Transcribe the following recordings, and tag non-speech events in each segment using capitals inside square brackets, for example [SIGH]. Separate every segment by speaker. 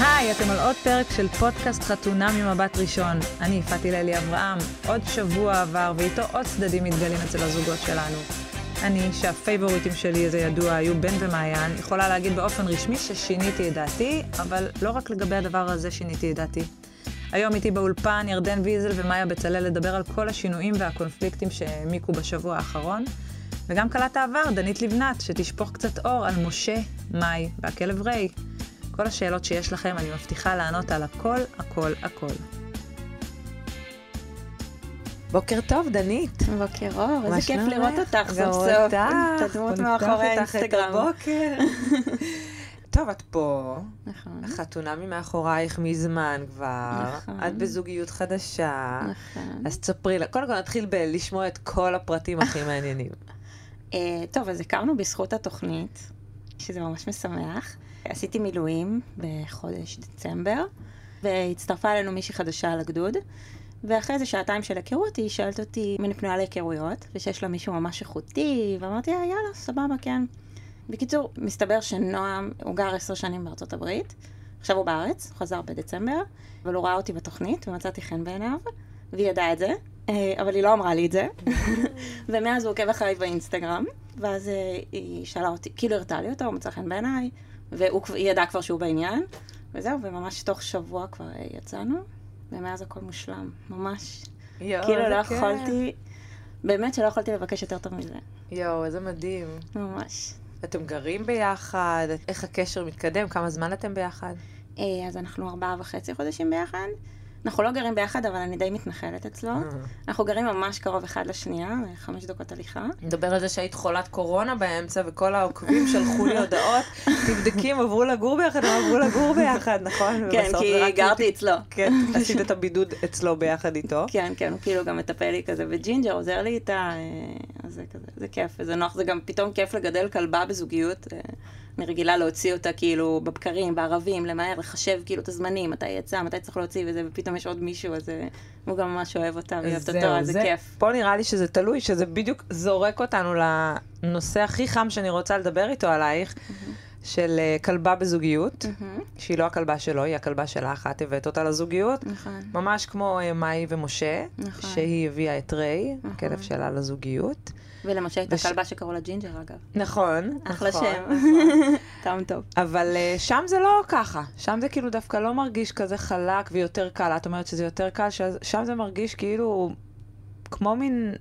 Speaker 1: היי, אתם על עוד פרק של פודקאסט חתונה ממבט ראשון. אני יפעת הללי אברהם, עוד שבוע עבר ואיתו עוד צדדים מתגלים אצל הזוגות שלנו. אני, שהפייבוריטים שלי, זה ידוע, היו בן ומעיין, יכולה להגיד באופן רשמי ששיניתי את דעתי, אבל לא רק לגבי הדבר הזה שיניתי את דעתי. היום איתי באולפן ירדן ויזל ומאיה בצלאל לדבר על כל השינויים והקונפליקטים שהעמיקו בשבוע האחרון, וגם כלת העבר, דנית לבנת, שתשפוך קצת אור על משה, מאי והכלב ריי. כל השאלות שיש לכם, אני מבטיחה לענות על הכל, הכל, הכל. בוקר טוב, דנית.
Speaker 2: בוקר אור,
Speaker 1: מה
Speaker 2: איזה כיף
Speaker 1: שלומך?
Speaker 2: לראות אותך
Speaker 1: לא גם
Speaker 2: סוף סוף.
Speaker 1: אותך,
Speaker 2: את הדמות
Speaker 1: פותחת
Speaker 2: מאחורי
Speaker 3: איתך את
Speaker 2: האינסטגרם. [LAUGHS]
Speaker 3: הבוקר. טוב, את פה,
Speaker 2: נכון,
Speaker 3: החתונה ממאחורייך מזמן כבר,
Speaker 2: נכון.
Speaker 3: את בזוגיות חדשה,
Speaker 2: נכון.
Speaker 3: אז תספרי לה, קודם כל נתחיל בלשמוע את כל הפרטים
Speaker 2: [LAUGHS]
Speaker 3: הכי מעניינים.
Speaker 2: אה, טוב, אז הכרנו בזכות התוכנית, שזה ממש משמח. עשיתי מילואים בחודש דצמבר, והצטרפה אלינו מישהי חדשה על הגדוד, ואחרי איזה שעתיים של היכרות היא שואלת אותי אם אני פנויה להיכרויות, ושיש לה מישהו ממש איכותי, ואמרתי לה, יאללה, סבבה, כן. בקיצור, מסתבר שנועם, הוא גר עשר שנים בארצות הברית, עכשיו הוא בארץ, הוא חזר בדצמבר, אבל הוא ראה אותי בתוכנית, ומצאתי חן בעיניו, והיא ידעה את זה, אה, אבל היא לא אמרה לי את זה. ומאז הוא עוקב אחריי באינסטגרם, ואז אה, היא שאלה אותי, כאילו הרתה לי אותו, הוא מצא חן בעיניי, והוא כבר- היא ידעה כבר שהוא בעניין, וזהו, וממש תוך שבוע כבר אה, יצאנו, ומאז הכל מושלם, ממש.
Speaker 3: יואו,
Speaker 2: כאילו לא יכולתי, באמת שלא יכולתי לבקש יותר טוב מזה,
Speaker 3: יואו, איזה מדהים.
Speaker 2: ממש.
Speaker 3: אתם גרים ביחד, איך הקשר מתקדם, כמה זמן אתם ביחד?
Speaker 2: אה, אז אנחנו ארבעה וחצי חודשים ביחד. אנחנו לא גרים ביחד, אבל אני די מתנחלת אצלו.
Speaker 3: אה.
Speaker 2: אנחנו גרים ממש קרוב אחד לשנייה, אה, חמש דקות הליכה.
Speaker 3: נדבר על זה שהיית חולת קורונה באמצע, וכל העוקבים שלחו לי הודעות, [LAUGHS] תבדקי אם עברו לגור ביחד, הם עברו לגור ביחד, [LAUGHS] נכון?
Speaker 2: כן,
Speaker 3: ובסוף זה
Speaker 2: כי
Speaker 3: רק-
Speaker 2: גרתי אצלו.
Speaker 3: כן, עשית את הבידוד אצלו ביחד [LAUGHS] איתו.
Speaker 2: כן, כן, הוא כאילו גם מטפל לי כזה בג'ינג'ר, עוזר לי איתה, אה, אז זה כזה, זה כיף, וזה נוח, זה גם פתאום כיף לגדל כלבה בזוגיות. אה, אני רגילה להוציא אותה כאילו בבקרים, בערבים, למהר, לחשב כאילו את הזמנים, מתי היא יצאה, מתי צריך להוציא וזה, ופתאום יש עוד מישהו, אז אה, הוא גם ממש אוהב אותה, והיא אוהבת אותו, אז זה כיף.
Speaker 3: פה נראה לי שזה תלוי, שזה בדיוק זורק אותנו לנושא הכי חם שאני רוצה לדבר איתו עלייך, של אה, כלבה בזוגיות,
Speaker 2: מהמם,
Speaker 3: שהיא לא הכלבה שלו, היא הכלבה שלך, את הבאת אותה לזוגיות.
Speaker 2: נכון.
Speaker 3: ממש כמו אה, מאי ומשה,
Speaker 2: נכון.
Speaker 3: שהיא הביאה את ריי,
Speaker 2: נכון.
Speaker 3: הכלב שלה לזוגיות.
Speaker 2: ולמשה הייתה
Speaker 3: וש-
Speaker 2: כלבה שקראו לה ג'ינג'ר, אגב.
Speaker 3: נכון,
Speaker 2: אחלה
Speaker 3: נכון,
Speaker 2: שם.
Speaker 3: נכון.
Speaker 2: [LAUGHS] טעם טוב.
Speaker 3: אבל אה, שם זה לא ככה, שם זה כאילו דווקא לא מרגיש כזה חלק ויותר קל, את אומרת שזה יותר קל, ש- שם זה מרגיש כאילו כמו מין,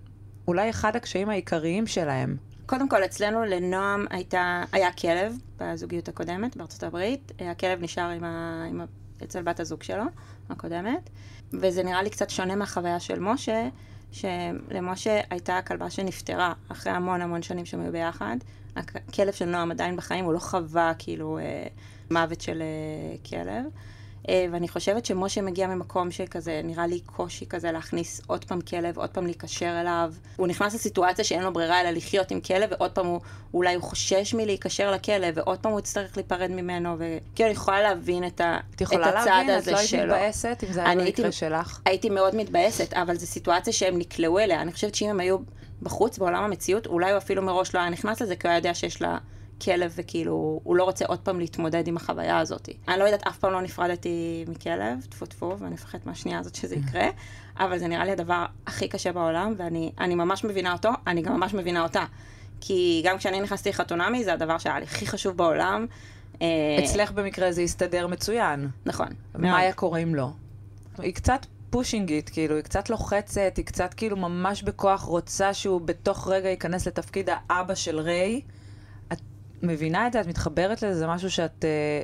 Speaker 3: אולי אחד הקשיים העיקריים שלהם.
Speaker 2: קודם כל, אצלנו לנועם הייתה, היה כלב בזוגיות הקודמת בארצות הברית. אה, הכלב נשאר עם ה, עם ה, אצל בת הזוג שלו, הקודמת. וזה נראה לי קצת שונה מהחוויה של משה, שלמשה הייתה כלבה שנפטרה אחרי המון המון שנים שהם היו ביחד. הכ- הכלב של נועם עדיין בחיים, הוא לא חווה כאילו אה, מוות של אה, כלב. אה, ואני חושבת שמשה מגיע ממקום שכזה, נראה לי קושי כזה להכניס עוד פעם כלב, עוד פעם להיקשר אליו. הוא נכנס לסיטואציה שאין לו ברירה אלא לחיות עם כלב, ועוד פעם הוא, אולי הוא חושש מלהיקשר לכלב, ועוד פעם הוא יצטרך להיפרד ממנו, וכאילו אני יכולה להבין את, ה...
Speaker 3: את
Speaker 2: את
Speaker 3: יכולה
Speaker 2: הצעד
Speaker 3: להבין, את
Speaker 2: הזה
Speaker 3: לא היית
Speaker 2: שלו.
Speaker 3: מתבאסת אם זה היה
Speaker 2: אני הייתי-
Speaker 3: במקרה שלך.
Speaker 2: הייתי מאוד מתבאסת, אבל זו סיטואציה שהם נקלעו אליה. אני חושבת שאם הם היו בחוץ, בעולם המציאות, אולי הוא אפילו מראש לא היה נכנס לזה, כי הוא היה יודע שיש לה כלב, וכאילו, הוא לא רוצה עוד פעם להתמודד עם החוויה הזאת. אני לא יודעת, אף פעם לא נפרדתי מכלב, טפו טפו, ואני מפחדת מהשנייה הזאת שזה יקרה, אבל זה נראה לי הדבר הכי קשה בעולם, ואני אני ממש מבינה אותו, אני גם ממש מבינה אותה. כי גם כשאני נכנסתי לחתונמי, זה הדבר שהיה לי הכי חשוב בעולם. אה,
Speaker 3: אצלך במקרה זה הסתדר מצוין.
Speaker 2: נכון.
Speaker 3: מה
Speaker 2: מאוד.
Speaker 3: היה קורה אם לא? היא קצת פושינגית, כאילו, היא קצת לוחצת, היא קצת כאילו ממש בכוח רוצה שהוא בתוך רגע ייכנס לתפקיד האבא של ריי. את מבינה את זה? את מתחברת לזה? זה משהו שאת אה,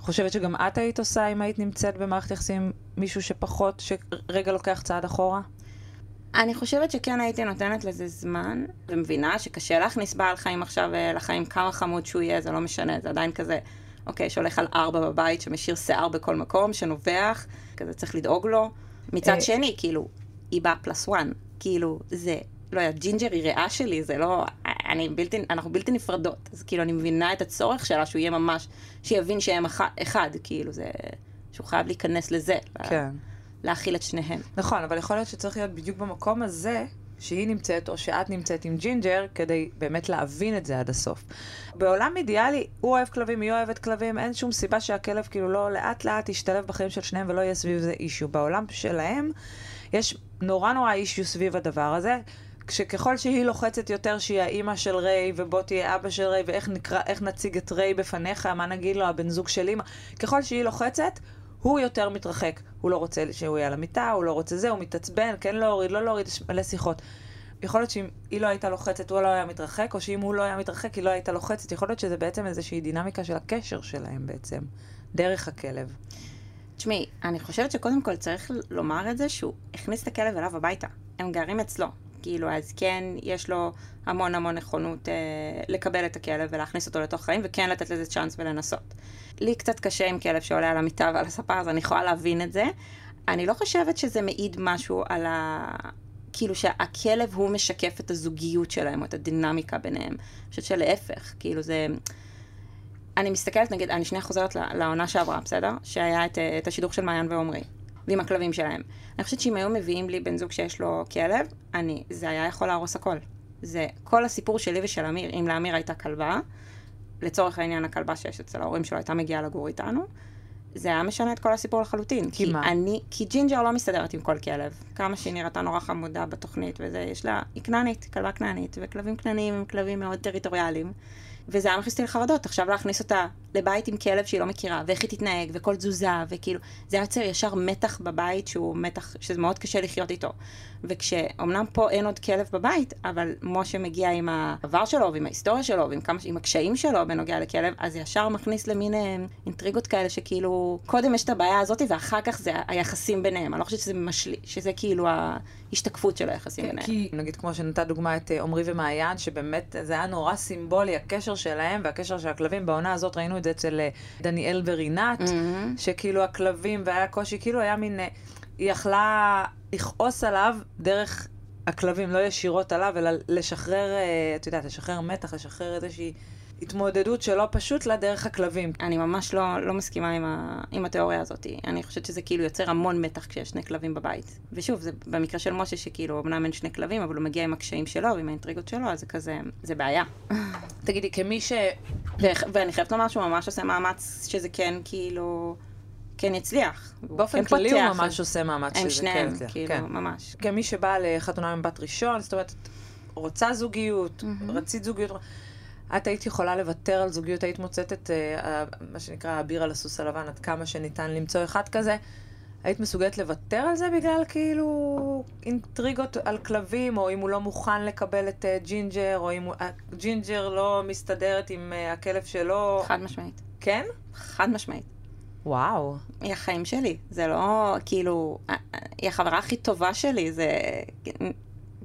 Speaker 3: חושבת שגם את היית עושה אם היית נמצאת במערכת יחסים עם מישהו שפחות, שרגע לוקח צעד אחורה?
Speaker 2: אני חושבת שכן הייתי נותנת לזה זמן, ומבינה שקשה להכניס בעל חיים עכשיו אה, לחיים, כמה חמוד שהוא יהיה, זה לא משנה, זה עדיין כזה, אוקיי, שהולך על ארבע בבית, שמשאיר שיער בכל מקום, שנובח, כזה צריך לדאוג לו. מצד
Speaker 3: אה.
Speaker 2: שני, כאילו, היא באה פלוס וואן, כאילו, זה, לא יודעת, ג'ינג'ר היא ריאה שלי, זה לא, אני בלתי, אנחנו בלתי נפרדות, אז כאילו, אני מבינה את הצורך שלה, שהוא יהיה ממש, שיבין שהם אח- אחד, כאילו, זה, שהוא חייב
Speaker 3: כן.
Speaker 2: להיכנס לזה, לה- להכיל את שניהם.
Speaker 3: נכון, אבל יכול להיות שצריך להיות בדיוק במקום הזה, שהיא נמצאת או שאת נמצאת עם ג'ינג'ר, כדי באמת להבין את זה עד הסוף. בעולם אידיאלי, הוא אוהב כלבים, היא אוהבת כלבים, אין שום סיבה שהכלב כאילו לא לאט לאט ישתלב בחיים של שניהם ולא יהיה סביב זה אישיו. בעולם שלהם, יש נורא נורא אישיו סביב הדבר הזה. כשככל שהיא לוחצת יותר שהיא האימא של ריי, ובוא תהיה אבא של ריי, ואיך נקרא, איך נציג את ריי בפניך, מה נגיד לו, הבן זוג של אימא, ככל שהיא לוחצת, הוא יותר מתרחק. הוא לא רוצה שהוא יהיה על המיטה, הוא לא רוצה זה, הוא מתעצבן, כן להוריד, לא להוריד, יש מלא שיחות. יכול להיות שאם היא לא הייתה לוחצת, הוא לא היה מתרחק, או שאם הוא לא היה מתרחק, היא לא הייתה לוחצת. יכול להיות שזה בעצם איזושהי דינמיקה של הקשר שלהם בעצם, דרך הכלב.
Speaker 2: תשמעי, אני חושבת שקודם כל צריך לומר את זה שהוא הכניס את הכלב אליו הביתה. הם גרים אצלו. כאילו, אז כן, יש לו המון המון נכונות אה, לקבל את הכלב ולהכניס אותו לתוך חיים, וכן לתת לזה צ'אנס ולנסות. לי קצת קשה עם כלב שעולה על המיטה ועל הספה, אז אני יכולה להבין את זה. אני לא חושבת שזה מעיד משהו על ה... כאילו שהכלב הוא משקף את הזוגיות שלהם, או את הדינמיקה ביניהם. אני חושבת שלהפך, כאילו זה... אני מסתכלת, נגיד, אני שנייה חוזרת ל- לעונה שעברה, בסדר? שהיה את, אה, את השידוך של מעיין ועומרי, ועם הכלבים שלהם. אני חושבת שאם היו מביאים לי בן זוג שיש לו כלב, אני, זה היה יכול להרוס הכל. זה כל הסיפור שלי ושל אמיר, אם לאמיר הייתה כלבה, לצורך העניין הכלבה שיש אצל ההורים שלו הייתה מגיעה לגור איתנו, זה היה משנה את כל הסיפור לחלוטין.
Speaker 3: כי מה?
Speaker 2: כי אני, כי ג'ינג'ר לא מסתדרת עם כל כלב. כמה שהיא נראתה נורא חמודה בתוכנית וזה, יש לה, היא כנענית, כלבה כנענית, וכלבים כנעניים הם כלבים מאוד טריטוריאליים. וזה היה מכניס אותי לחרדות, עכשיו להכניס אותה לבית עם כלב שהיא לא מכירה, ואיך היא תתנהג, וכל תזוזה, וכאילו, זה היה יוצר ישר מתח בבית שהוא מתח, שזה מאוד קשה לחיות איתו. וכשאומנם פה אין עוד כלב בבית, אבל משה מגיע עם העבר שלו, ועם ההיסטוריה שלו, ועם כמה, ש- עם הקשיים שלו בנוגע לכלב, אז זה ישר מכניס למין אה, אינטריגות כאלה שכאילו, קודם יש את הבעיה הזאת, ואחר כך זה היחסים ביניהם. אני לא חושבת שזה משלי, שזה כאילו ההשתקפות של היחסים ביניהם.
Speaker 3: כן, כי נגיד כמו שנתת דוגמא את אה, עמרי ומעיין, שבאמת זה היה נורא סימבולי, הקשר שלהם והקשר של הכלבים. בעונה הזאת ראינו את זה אצל אה, דניאל ורינת,
Speaker 2: מהמם.
Speaker 3: שכאילו הכלבים והיה קושי, כאילו היה מין, אה, היא יכלה לכעוס עליו דרך הכלבים, לא ישירות עליו, אלא לשחרר, אה, את יודעת, לשחרר מתח, לשחרר איזושהי התמודדות שלא פשוט לה דרך הכלבים.
Speaker 2: אני ממש לא, לא מסכימה עם, ה, עם התיאוריה הזאת. אני חושבת שזה כאילו יוצר המון מתח כשיש שני כלבים בבית. ושוב, זה במקרה של משה, שכאילו, אמנם אין שני כלבים, אבל הוא מגיע עם הקשיים שלו ועם האינטריגות שלו, אז זה כזה, זה בעיה.
Speaker 3: תגידי, כמי ש...
Speaker 2: ו- ואני חייבת לומר שהוא ממש עושה מאמץ שזה כן, כאילו, כן יצליח.
Speaker 3: באופן
Speaker 2: כן
Speaker 3: כללי הוא
Speaker 2: פותח,
Speaker 3: ממש עושה מאמץ שזה
Speaker 2: הם
Speaker 3: כן.
Speaker 2: שניהם,
Speaker 3: זה,
Speaker 2: כאילו,
Speaker 3: כן.
Speaker 2: ממש.
Speaker 3: כמי שבאה לחתונה עם בת ראשון, זאת אומרת, את רוצה זוגיות, רצית זוגיות, את היית יכולה לוותר על זוגיות, היית מוצאת את אה, ה- מה שנקרא הביר על הסוס הלבן, עד כמה שניתן למצוא אחד כזה. היית מסוגלת לוותר על זה בגלל כאילו אינטריגות על כלבים, או אם הוא לא מוכן לקבל את אה, ג'ינג'ר, או אם הוא- אה, ג'ינג'ר לא מסתדרת עם אה, הכלב שלו.
Speaker 2: חד משמעית.
Speaker 3: כן?
Speaker 2: חד משמעית.
Speaker 3: וואו.
Speaker 2: היא החיים שלי, זה לא כאילו, היא החברה הכי טובה שלי, זה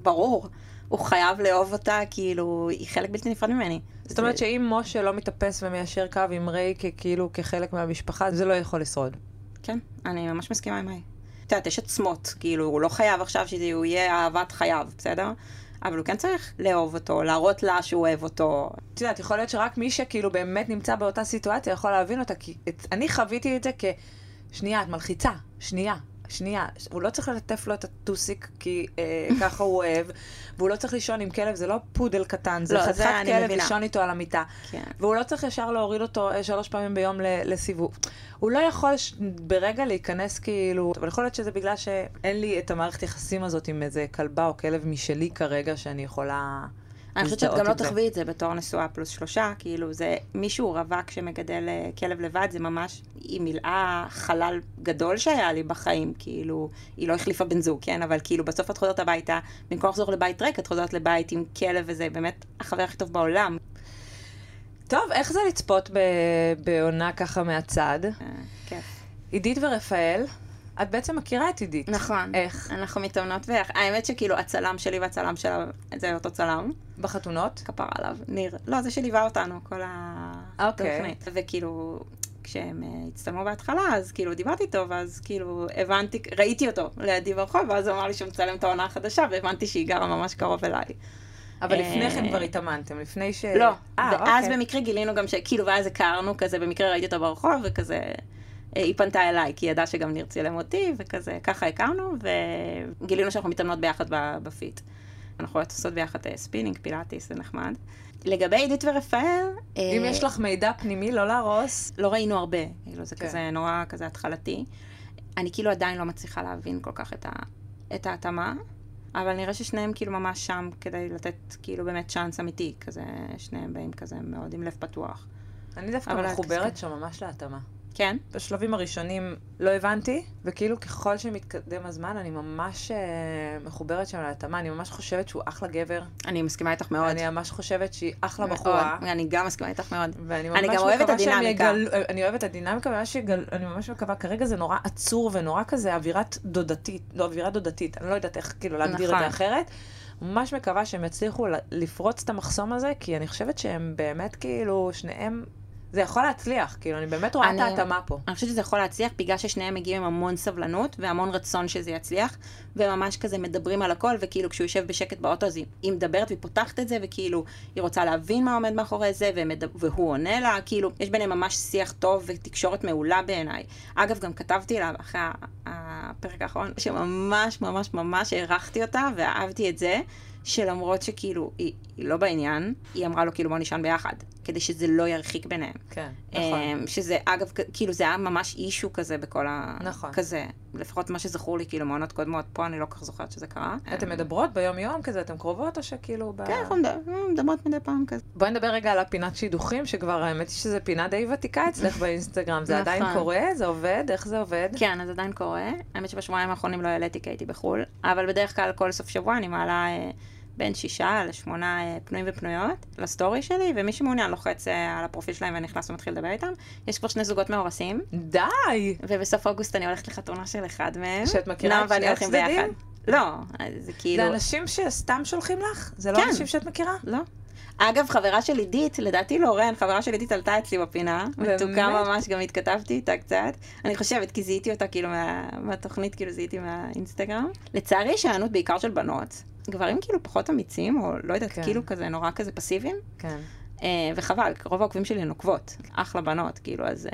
Speaker 2: ברור, הוא חייב לאהוב אותה, כאילו, היא חלק בלתי נפרד ממני.
Speaker 3: זאת אומרת שאם משה לא מתאפס ומיישר קו עם ריי ככאילו כחלק מהמשפחה, זה לא יכול לשרוד.
Speaker 2: כן, אני ממש מסכימה עם מאי. את יודעת, יש עצמות, כאילו, הוא לא חייב עכשיו שזה הוא יהיה אהבת חייו, בסדר? אבל הוא כן צריך לאהוב אותו, להראות לה שהוא אוהב אותו.
Speaker 3: את יודעת, יכול להיות שרק מי שכאילו באמת נמצא באותה סיטואציה יכול להבין אותה, כי את, אני חוויתי את זה כ... שנייה, את מלחיצה, שנייה, שנייה. ש- הוא לא צריך ללטף לו את הטוסיק, כי
Speaker 2: [LAUGHS]
Speaker 3: אה, ככה הוא אוהב, והוא לא צריך לישון עם כלב, זה לא פודל קטן, זה
Speaker 2: לא, זה
Speaker 3: חתיכת
Speaker 2: אני
Speaker 3: כלב
Speaker 2: מבינה.
Speaker 3: לישון איתו על המיטה.
Speaker 2: כן.
Speaker 3: והוא לא צריך ישר להוריד אותו אה, שלוש פעמים ביום ל- לסיבוב. הוא לא יכול ש- ברגע להיכנס כאילו, אבל יכול להיות שזה בגלל שאין לי את המערכת יחסים הזאת עם איזה כלבה או כלב משלי כרגע, שאני יכולה...
Speaker 2: אני חושבת שאת
Speaker 3: לזהות
Speaker 2: גם לא
Speaker 3: את זה.
Speaker 2: תחווי את זה בתור נשואה פלוס שלושה, כאילו זה מישהו רווק שמגדל אה, כלב לבד, זה ממש, היא מילאה חלל גדול שהיה לי בחיים, כאילו, היא לא החליפה בן זוג, כן? אבל כאילו בסוף את חוזרת הביתה, במקום לחזור לבית ריק, את חוזרת לבית עם כלב וזה באמת החבר הכי טוב בעולם.
Speaker 3: טוב, איך זה לצפות ב... בעונה ככה מהצד?
Speaker 2: אה, כיף.
Speaker 3: עידית ורפאל, את בעצם מכירה את עידית.
Speaker 2: נכון.
Speaker 3: איך?
Speaker 2: אנחנו מתאמנות ביחד. האמת שכאילו הצלם שלי והצלם שלה, זה אותו צלם.
Speaker 3: בחתונות?
Speaker 2: כפרה עליו, ניר. לא, זה שליווה אותנו, כל
Speaker 3: אוקיי.
Speaker 2: התוכנית. וכאילו, כשהם אה, הצטלמו בהתחלה, אז כאילו דיברתי איתו, ואז כאילו הבנתי, ראיתי אותו לידי ברחוב, ואז הוא אמר לי שהוא מצלם את העונה החדשה, והבנתי שהיא גרה ממש קרוב אליי.
Speaker 3: אבל
Speaker 2: אה,
Speaker 3: לפני כן כבר התאמנתם, לפני ש...
Speaker 2: לא,
Speaker 3: אה,
Speaker 2: ואז
Speaker 3: אוקיי.
Speaker 2: במקרה גילינו גם שכאילו, ואז הכרנו כזה, במקרה ראיתי אותו ברחוב, וכזה, אה, היא פנתה אליי, כי היא ידעה שגם ניר צילם אותי, וכזה, ככה הכרנו, וגילינו שאנחנו מתאמנות ביחד ב- בפיט. אנחנו הולכות עושות ביחד אה, ספינינג, פילאטיס, זה נחמד. לגבי עידית ורפאל, אה,
Speaker 3: אם יש לך מידע פנימי, לא להרוס.
Speaker 2: לא ראינו הרבה, כאילו זה
Speaker 3: כן.
Speaker 2: כזה נורא כזה התחלתי. אני כאילו עדיין לא מצליחה להבין כל כך את, ה, את ההתאמה, אבל נראה ששניהם כאילו ממש שם כדי לתת כאילו באמת צ'אנס אמיתי, כזה שניהם באים כזה מאוד עם לב פתוח.
Speaker 3: אני דווקא
Speaker 2: אבל את-
Speaker 3: מחוברת שם ממש להתאמה.
Speaker 2: כן?
Speaker 3: בשלבים הראשונים לא הבנתי, וכאילו ככל שמתקדם הזמן, אני ממש אה, מחוברת שם להתאמה, אני ממש חושבת שהוא אחלה גבר.
Speaker 2: אני מסכימה איתך מאוד.
Speaker 3: אני ממש חושבת שהיא אחלה
Speaker 2: מאוד.
Speaker 3: בחורה.
Speaker 2: אני גם מסכימה איתך מאוד.
Speaker 3: ואני
Speaker 2: אני
Speaker 3: ממש
Speaker 2: גם אוהבת
Speaker 3: מקווה שהם
Speaker 2: הדינמיקה.
Speaker 3: יגלו- אני אוהבת את הדינמיקה, וממש יגל... אני ממש מקווה, כרגע זה נורא עצור ונורא כזה אווירת דודתית, לא אווירה דודתית, אני לא יודעת איך כאילו להגדיר את
Speaker 2: נכון.
Speaker 3: זה אחרת. ממש מקווה שהם יצליחו ל- לפרוץ את המחסום הזה, כי אני חושבת שהם באמת כאילו, שניהם, זה יכול להצליח, כאילו, אני באמת רואה את
Speaker 2: אני-
Speaker 3: ההתאמה פה.
Speaker 2: אני חושבת שזה יכול להצליח בגלל ששניהם מגיעים עם המון סבלנות והמון רצון שזה יצליח, וממש כזה מדברים על הכל, וכאילו כשהוא יושב בשקט באוטו אז היא, היא מדברת והיא פותחת את זה, וכאילו היא רוצה להבין מה עומד מאחורי זה, ומד... והוא עונה לה, כאילו יש ביניהם ממש שיח טוב ותקשורת מעולה בעיניי. אגב, גם כתבתי לה אחרי ה- הפרק האחרון, שממש ממש ממש הערכתי אותה, ואהבתי את זה. שלמרות שכאילו היא, היא לא בעניין, היא אמרה לו כאילו בוא נישן ביחד, כדי שזה לא ירחיק ביניהם.
Speaker 3: כן, נכון.
Speaker 2: נכון. שזה אגב, כ- כאילו זה היה ממש אישו כזה בכל ה...
Speaker 3: נכון.
Speaker 2: כזה, לפחות מה שזכור לי, כאילו מעונות קודמות, פה אני לא כל כך זוכרת שזה קרה.
Speaker 3: אתן מדברות ביום-יום כזה, אתן קרובות או שכאילו... ב-
Speaker 2: כן, אנחנו מד- מדברות מדי פעם
Speaker 3: [LAUGHS]
Speaker 2: כזה.
Speaker 3: בואי נדבר רגע על הפינת שידוכים, שכבר האמת היא שזו פינה די ותיקה אצלך באינסטגרם. זה עדיין
Speaker 2: נכון.
Speaker 3: קורה? זה עובד? איך זה עובד?
Speaker 2: כן, אז עדיין קורה. האמת שבשבועיים האחרונים לא העליתי כי הייתי בחו"ל, אבל בדרך כלל כל סוף שבוע אני מעלה אה, בין שישה לשמונה אה, פנויים ופנויות לסטורי שלי, ומי שמעוניין לוחץ אה, על הפרופיל שלהם ונכנס ומתחיל לדבר איתם. יש כבר שני זוגות מאורסים,
Speaker 3: די!
Speaker 2: ובסוף אוגוסט אני הולכת לחתונה של אחד מהם.
Speaker 3: שאת מכירה
Speaker 2: נועם
Speaker 3: את
Speaker 2: כן? ואני
Speaker 3: שני
Speaker 2: הולכים
Speaker 3: הצדדים?
Speaker 2: ביחד. לא, אז זה כאילו...
Speaker 3: זה אנשים שסתם שולחים לך? זה לא
Speaker 2: כן.
Speaker 3: אנשים שאת מכירה?
Speaker 2: לא. אגב, חברה של עידית, לדעתי לורן, חברה של עידית עלתה אצלי בפינה.
Speaker 3: באמת?
Speaker 2: מתוקה ממש, גם התכתבתי איתה קצת. אני חושבת, כי זיהיתי אותה כאילו מה, מהתוכנית, כאילו זיהיתי מהאינסטגרם. לצערי, יש היענות בעיקר של בנות. גברים כאילו פחות אמיצים, או לא יודעת,
Speaker 3: כן.
Speaker 2: כן. כאילו כזה נורא כזה פסיביים.
Speaker 3: כן.
Speaker 2: אה, וחבל, כי רוב העוקבים שלי הן עוקבות. אחלה בנות, כאילו, אז אה,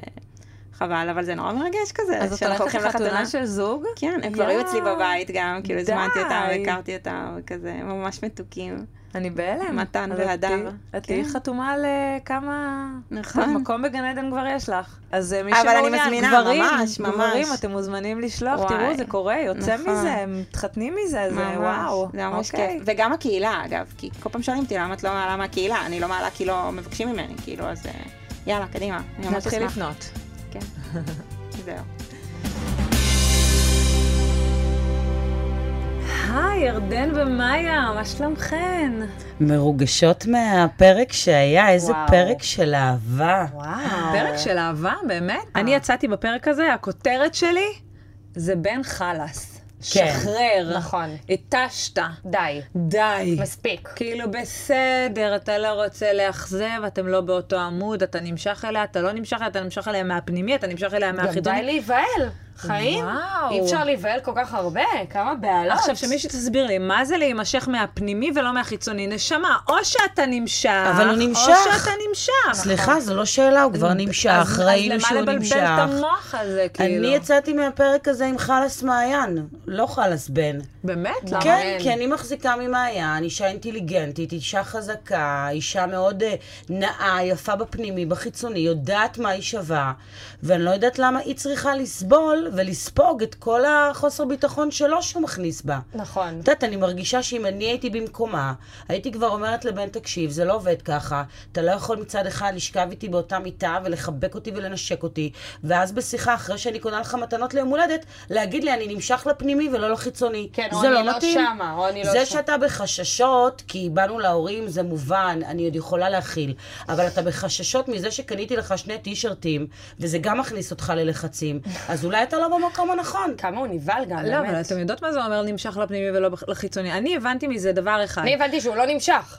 Speaker 2: חבל, אבל זה נורא מרגש כזה.
Speaker 3: אז את
Speaker 2: שאנחנו
Speaker 3: הולכת
Speaker 2: הולכים
Speaker 3: לחתונה של זוג?
Speaker 2: כן, הם כבר היו אצלי
Speaker 3: יאה.
Speaker 2: בבית גם, כאילו הזמנתי אותם,
Speaker 3: די.
Speaker 2: הכרתי אותם, כזה, ממש מתוקים.
Speaker 3: אני בהלם.
Speaker 2: מתן
Speaker 3: אז את
Speaker 2: והדר.
Speaker 3: תהיי- את תהיי
Speaker 2: כן.
Speaker 3: חתומה על אה, כמה...
Speaker 2: נכון.
Speaker 3: מקום בגן עדן כבר יש לך. אז אה, מי
Speaker 2: אבל אני
Speaker 3: שמעוניין,
Speaker 2: מזמינה,
Speaker 3: גברים,
Speaker 2: ממש, ממש.
Speaker 3: גברים, אתם מוזמנים לשלוח, תראו,
Speaker 2: וואי.
Speaker 3: זה קורה, יוצא
Speaker 2: נכון.
Speaker 3: מזה, הם מתחתנים מזה, זה וואו.
Speaker 2: זה ממש
Speaker 3: אוקיי.
Speaker 2: כיף. וגם הקהילה, אגב, כי כל פעם שואלים אותי למה את לא מעלה מהקהילה, אני לא מעלה כי לא מבקשים ממני, כאילו, אז אה, יאללה, קדימה. אני ממש
Speaker 3: נתחיל
Speaker 2: אשמח.
Speaker 3: לפנות.
Speaker 2: כן. זהו.
Speaker 3: היי, ירדן ומאיה, מה שלומכן?
Speaker 4: מרוגשות מהפרק שהיה, איזה
Speaker 3: וואו. נכון.
Speaker 4: פרק של אהבה.
Speaker 3: וואו. פרק של אהבה, באמת? אני יצאתי בפרק הזה, הכותרת שלי זה בן חלאס.
Speaker 4: כן.
Speaker 3: שחרר.
Speaker 5: נכון.
Speaker 3: התשת.
Speaker 5: די,
Speaker 3: די.
Speaker 5: מספיק.
Speaker 3: כאילו, בסדר, אתה לא רוצה לאכזב, אתם לא באותו עמוד, אתה נמשך אליה, אתה לא נמשך אליה, אתה נמשך אליה מהפנימי, אתה נמשך אליה לא.
Speaker 5: גם די
Speaker 3: מהחיתוני.
Speaker 5: להיבהל, חיים.
Speaker 3: וואו.
Speaker 5: אי אפשר להיבהל כל כך הרבה, כמה בעלות.
Speaker 3: עכשיו, שמישהו תסביר לי, מה זה להימשך מהפנימי ולא מהחיצוני? נשמה, או שאתה נמשך,
Speaker 4: אבל הוא
Speaker 3: או
Speaker 4: נמשך.
Speaker 3: שאתה נמשך.
Speaker 4: סליחה, זו לא שאלה, הוא כבר נמשך,
Speaker 3: אז-
Speaker 4: ראינו שהוא
Speaker 3: אז למה לבלבל את
Speaker 4: נמשך.
Speaker 3: המוח הזה, כאילו?
Speaker 4: אני יצאתי מהפרק הזה עם חלאס מעיין, לא חלאס בן.
Speaker 3: באמת?
Speaker 5: למה?
Speaker 4: כן,
Speaker 5: אין?
Speaker 4: כי אני מחזיקה ממעיין, אישה אינטליגנטית, אישה חזקה, אישה מאוד אה, נאה, יפה בפנימי, בחיצוני, יודעת מה היא שווה, ואני לא יודעת למה היא צריכה לסבול ולספוג את כל החוסר ביטחון שלו שהוא מכניס בה.
Speaker 5: נכון.
Speaker 4: את יודעת, אני מרגישה שאם אני הייתי במקומה, הייתי כבר אומרת לבן, תקשיב, זה לא עובד ככה. אתה לא יכול מצד אחד לשכב איתי באותה מיטה ולחבק אותי ולנשק אותי, ואז בשיחה, אחרי שאני קונה לך מתנות ליום הולדת, להגיד לי, אני נמשך לפנימי ולא לחיצוני.
Speaker 5: כן, או
Speaker 4: זה
Speaker 5: אני
Speaker 4: לא
Speaker 5: לא
Speaker 4: מתאים.
Speaker 5: שמה, או אני לא
Speaker 4: זה
Speaker 5: שם.
Speaker 4: שאתה בחששות, כי באנו להורים, זה מובן, אני עוד יכולה להכיל, אבל אתה בחששות מזה שקניתי לך שני טישרטים, וזה גם מכניס אותך ללחצים, אז אולי אתה לא במקום
Speaker 5: [LAUGHS]
Speaker 4: הנכון.
Speaker 5: כמה הוא נבהל גם,
Speaker 3: לא, אבל
Speaker 5: באמת.
Speaker 3: אתם יודעות מה זה אומר נמשך לפנימי ולא בח- לחיצוני. אני הבנתי מזה דבר אחד.
Speaker 5: אני הבנתי שהוא לא נמשך.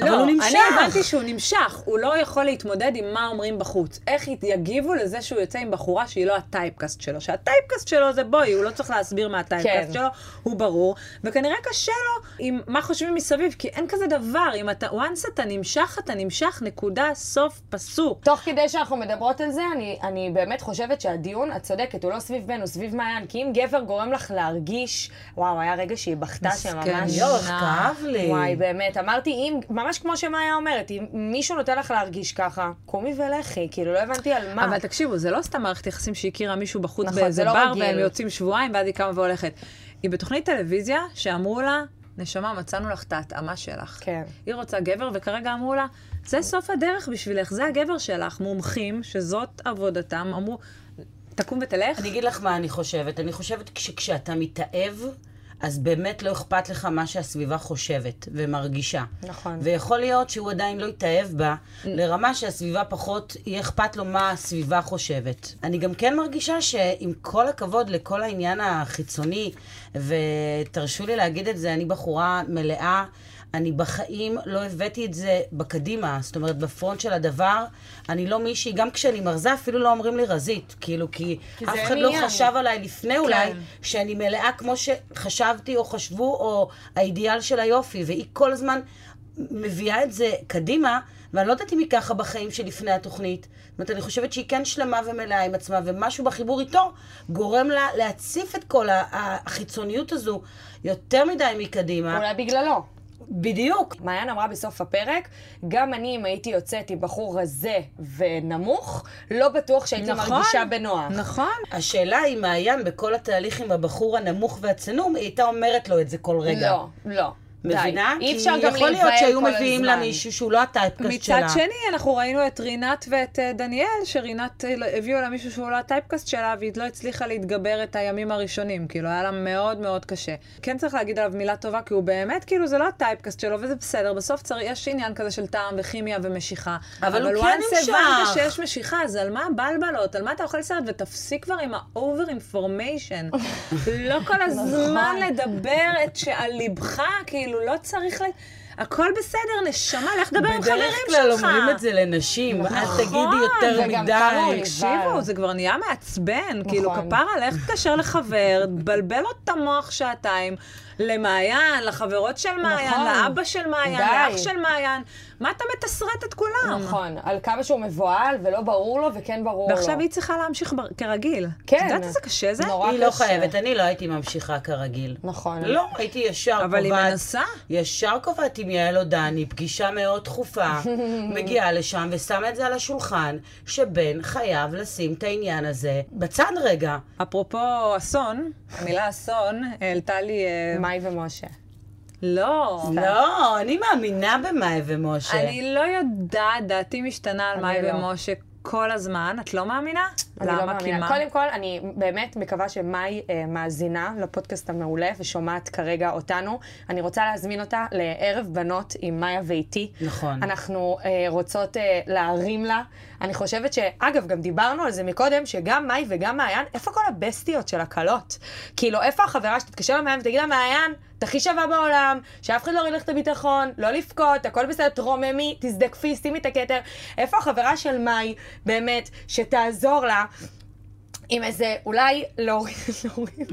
Speaker 6: לא,
Speaker 7: אבל הוא נמשך.
Speaker 6: אני הבנתי שהוא נמשך, הוא לא יכול להתמודד עם מה אומרים בחוץ. איך ית- יגיבו לזה שהוא יוצא עם בחורה שהיא לא הטייפקאסט שלו, שהטייפקאסט שלו זה בואי, הוא לא צריך להסביר מה הטייפקאסט
Speaker 7: כן.
Speaker 6: שלו, הוא ברור, וכנראה קשה לו עם מה חושבים מסביב, כי אין כזה דבר, אם אתה, once אתה נמשך, אתה נמשך, נקודה, סוף, פסוק.
Speaker 5: תוך כדי שאנחנו מדברות על זה, אני, אני באמת חושבת שהדיון, את צודקת, הוא לא סביב בן, הוא סביב מעיין. כי אם גבר גורם לך להרגיש, וואו, היה רגע שהיא בכתה שממש...
Speaker 4: יואו, איך כאב לי.
Speaker 5: וואי, באמת, אמרתי, אם, ממש כמו שמאיה אומרת, אם מישהו נותן לך להרגיש ככה, קומי ולכי, כאילו, לא הבנתי על מה.
Speaker 3: אבל תקשיבו, זה לא סתם מערכת יחסים שהכירה מישהו בחוץ
Speaker 5: נכון,
Speaker 3: באיזה
Speaker 5: זה לא
Speaker 3: בר,
Speaker 5: רגיל.
Speaker 3: והם יוצאים שבועיים, ואז היא קמה והולכת. היא בתוכנית טלוויזיה שאמרו לה, נשמה, מצאנו לך את ההתאמה שלך.
Speaker 5: כן.
Speaker 3: היא רוצה גבר, וכרגע אמרו לה, זה סוף הדרך בשבילך, זה הגבר שלך. מומחים, שזאת עבודתם, אמרו, תקום ותלך.
Speaker 4: אני אגיד לך מה אני חושבת. אני חושבת שכשאתה מתאהב, אז באמת לא אכפת לך מה שהסביבה חושבת ומרגישה.
Speaker 5: נכון. Mm.
Speaker 4: ויכול להיות שהוא עדיין לא התאהב בה, לרמה שהסביבה פחות, יהיה אכפת לו מה הסביבה חושבת. אני גם כן מרגישה שעם כל הכבוד לכל העניין החיצוני, ותרשו לי להגיד את זה, אני בחורה מלאה. אני בחיים לא הבאתי את זה בקדימה, זאת אומרת, בפרונט של הדבר. אני לא מישהי, גם כשאני מרזה, אפילו לא אומרים לי רזית. כאילו, כי,
Speaker 5: כי זה
Speaker 4: אף
Speaker 5: אין
Speaker 4: אחד לא
Speaker 5: עניין. כן.
Speaker 4: חשב עליי לפני אולי, שאני מלאה כמו שחשבתי או חשבו, או האידיאל של היופי, והיא כל הזמן מביאה את זה קדימה, ואני לא יודעת אם היא ככה בחיים שלפני התוכנית. זאת אומרת, אני חושבת שהיא כן שלמה ומלאה עם עצמה, ומשהו בחיבור איתו גורם לה להציף את כל ה- החיצוניות הזו יותר מדי מקדימה.
Speaker 5: אולי בגללו.
Speaker 4: בדיוק.
Speaker 5: מעיין אמרה בסוף הפרק, גם אני, אם הייתי יוצאת עם בחור רזה ונמוך, לא בטוח שהייתי
Speaker 3: נכון.
Speaker 5: מרגישה בנוח.
Speaker 3: נכון.
Speaker 4: השאלה היא, מעיין, בכל התהליך עם הבחור הנמוך והצנום, היא הייתה אומרת לו את זה כל רגע.
Speaker 5: לא, לא.
Speaker 4: מבינה?
Speaker 5: די. אי אפשר גם
Speaker 4: כי יכול להיות
Speaker 5: להיבהל
Speaker 4: שהיו
Speaker 5: כל
Speaker 4: מביאים לה
Speaker 5: הזמן.
Speaker 4: מישהו שהוא לא הטייפקאסט שלה.
Speaker 3: מצד שני, אנחנו ראינו את רינת ואת אה, דניאל, שרינת אה, הביאו לה מישהו שהוא לא הטייפקאסט שלה, והיא לא הצליחה להתגבר את הימים הראשונים. כאילו, היה לה מאוד מאוד קשה. כן צריך להגיד עליו מילה טובה, כי הוא באמת, כאילו, זה לא הטייפקאסט שלו, וזה בסדר. בסוף צריך, יש עניין כזה של טעם וכימיה ומשיכה.
Speaker 4: אבל הוא כן
Speaker 3: once
Speaker 4: נמשך.
Speaker 3: הבנת שיש משיכה, אז על מה הבלבלות? על מה אתה אוכל סרט? ותפסיק כבר עם האובר
Speaker 4: [LAUGHS]
Speaker 3: אינפורמיישן. לא כל הזמן
Speaker 4: נכון.
Speaker 3: לדבר את שעל ליבך, כאילו, לא צריך ל... הכל בסדר, נשמה, לך דבר עם חברים
Speaker 4: בדרך
Speaker 3: שלך.
Speaker 4: כלל אומרים את זה לנשים, אל תגידי
Speaker 5: נכון,
Speaker 4: יותר
Speaker 5: וגם כמה
Speaker 4: מדי.
Speaker 5: הוא נכון.
Speaker 3: תקשיבו, זה כבר נהיה מעצבן, כאילו, כפרה, לך תתקשר לחבר, תבלבל לו את המוח שעתיים, למעיין, לחברות של מעיין,
Speaker 5: נכון.
Speaker 3: לאבא של מעיין,
Speaker 5: די.
Speaker 3: לאח של מעיין, מה אתה מתסרט את כולם?
Speaker 5: נכון, על כמה שהוא מבוהל ולא ברור לו וכן ברור לו.
Speaker 3: ועכשיו היא צריכה להמשיך בר- כרגיל.
Speaker 5: לא. כן.
Speaker 3: את יודעת איזה קשה זה?
Speaker 5: נורא
Speaker 4: היא לא
Speaker 5: קשה.
Speaker 4: חייבת, אני לא הייתי ממשיכה כרגיל.
Speaker 5: נכון.
Speaker 4: לא, הייתי ישר קובעת.
Speaker 3: אבל היא מנסה.
Speaker 4: ישר קובעת עם יעל או דני, פגישה מאוד
Speaker 3: [LAUGHS]
Speaker 4: דחופה, מגיעה לשם ושמה את זה על השולחן, שבן חייב לשים את העניין הזה בצד רגע.
Speaker 3: אפרופו אסון, המילה אסון העלתה לי... אה,
Speaker 5: מאי ומשה.
Speaker 3: לא.
Speaker 4: לא, אני מאמינה במאי ומשה.
Speaker 3: אני לא יודעת, דעתי משתנה על מאי
Speaker 5: אני לא.
Speaker 3: ומשה כל הזמן. את לא מאמינה?
Speaker 5: אני לא
Speaker 3: למה? כי מה?
Speaker 5: מאמינה. קודם כל, אני באמת מקווה שמאי אה, מאזינה לפודקאסט המעולה ושומעת כרגע אותנו. אני רוצה להזמין אותה לערב בנות עם מאיה ואיתי.
Speaker 4: נכון.
Speaker 5: אנחנו אה, רוצות אה, להרים לה. אני חושבת ש... אגב, גם דיברנו על זה מקודם, שגם מאי וגם מעיין, איפה כל הבסטיות של הכלות? כאילו, איפה החברה שתתקשר למעיין ותגיד לה, מעיין, את הכי שווה בעולם, שאף אחד לא יוריד לך את הביטחון, לא לבכות, הכל בסדר, תרוממי, תזדקפי, שימי את הכתר. איפה החברה של מאי, באמת, שתעזור לה? עם איזה, אולי להוריד, להוריד.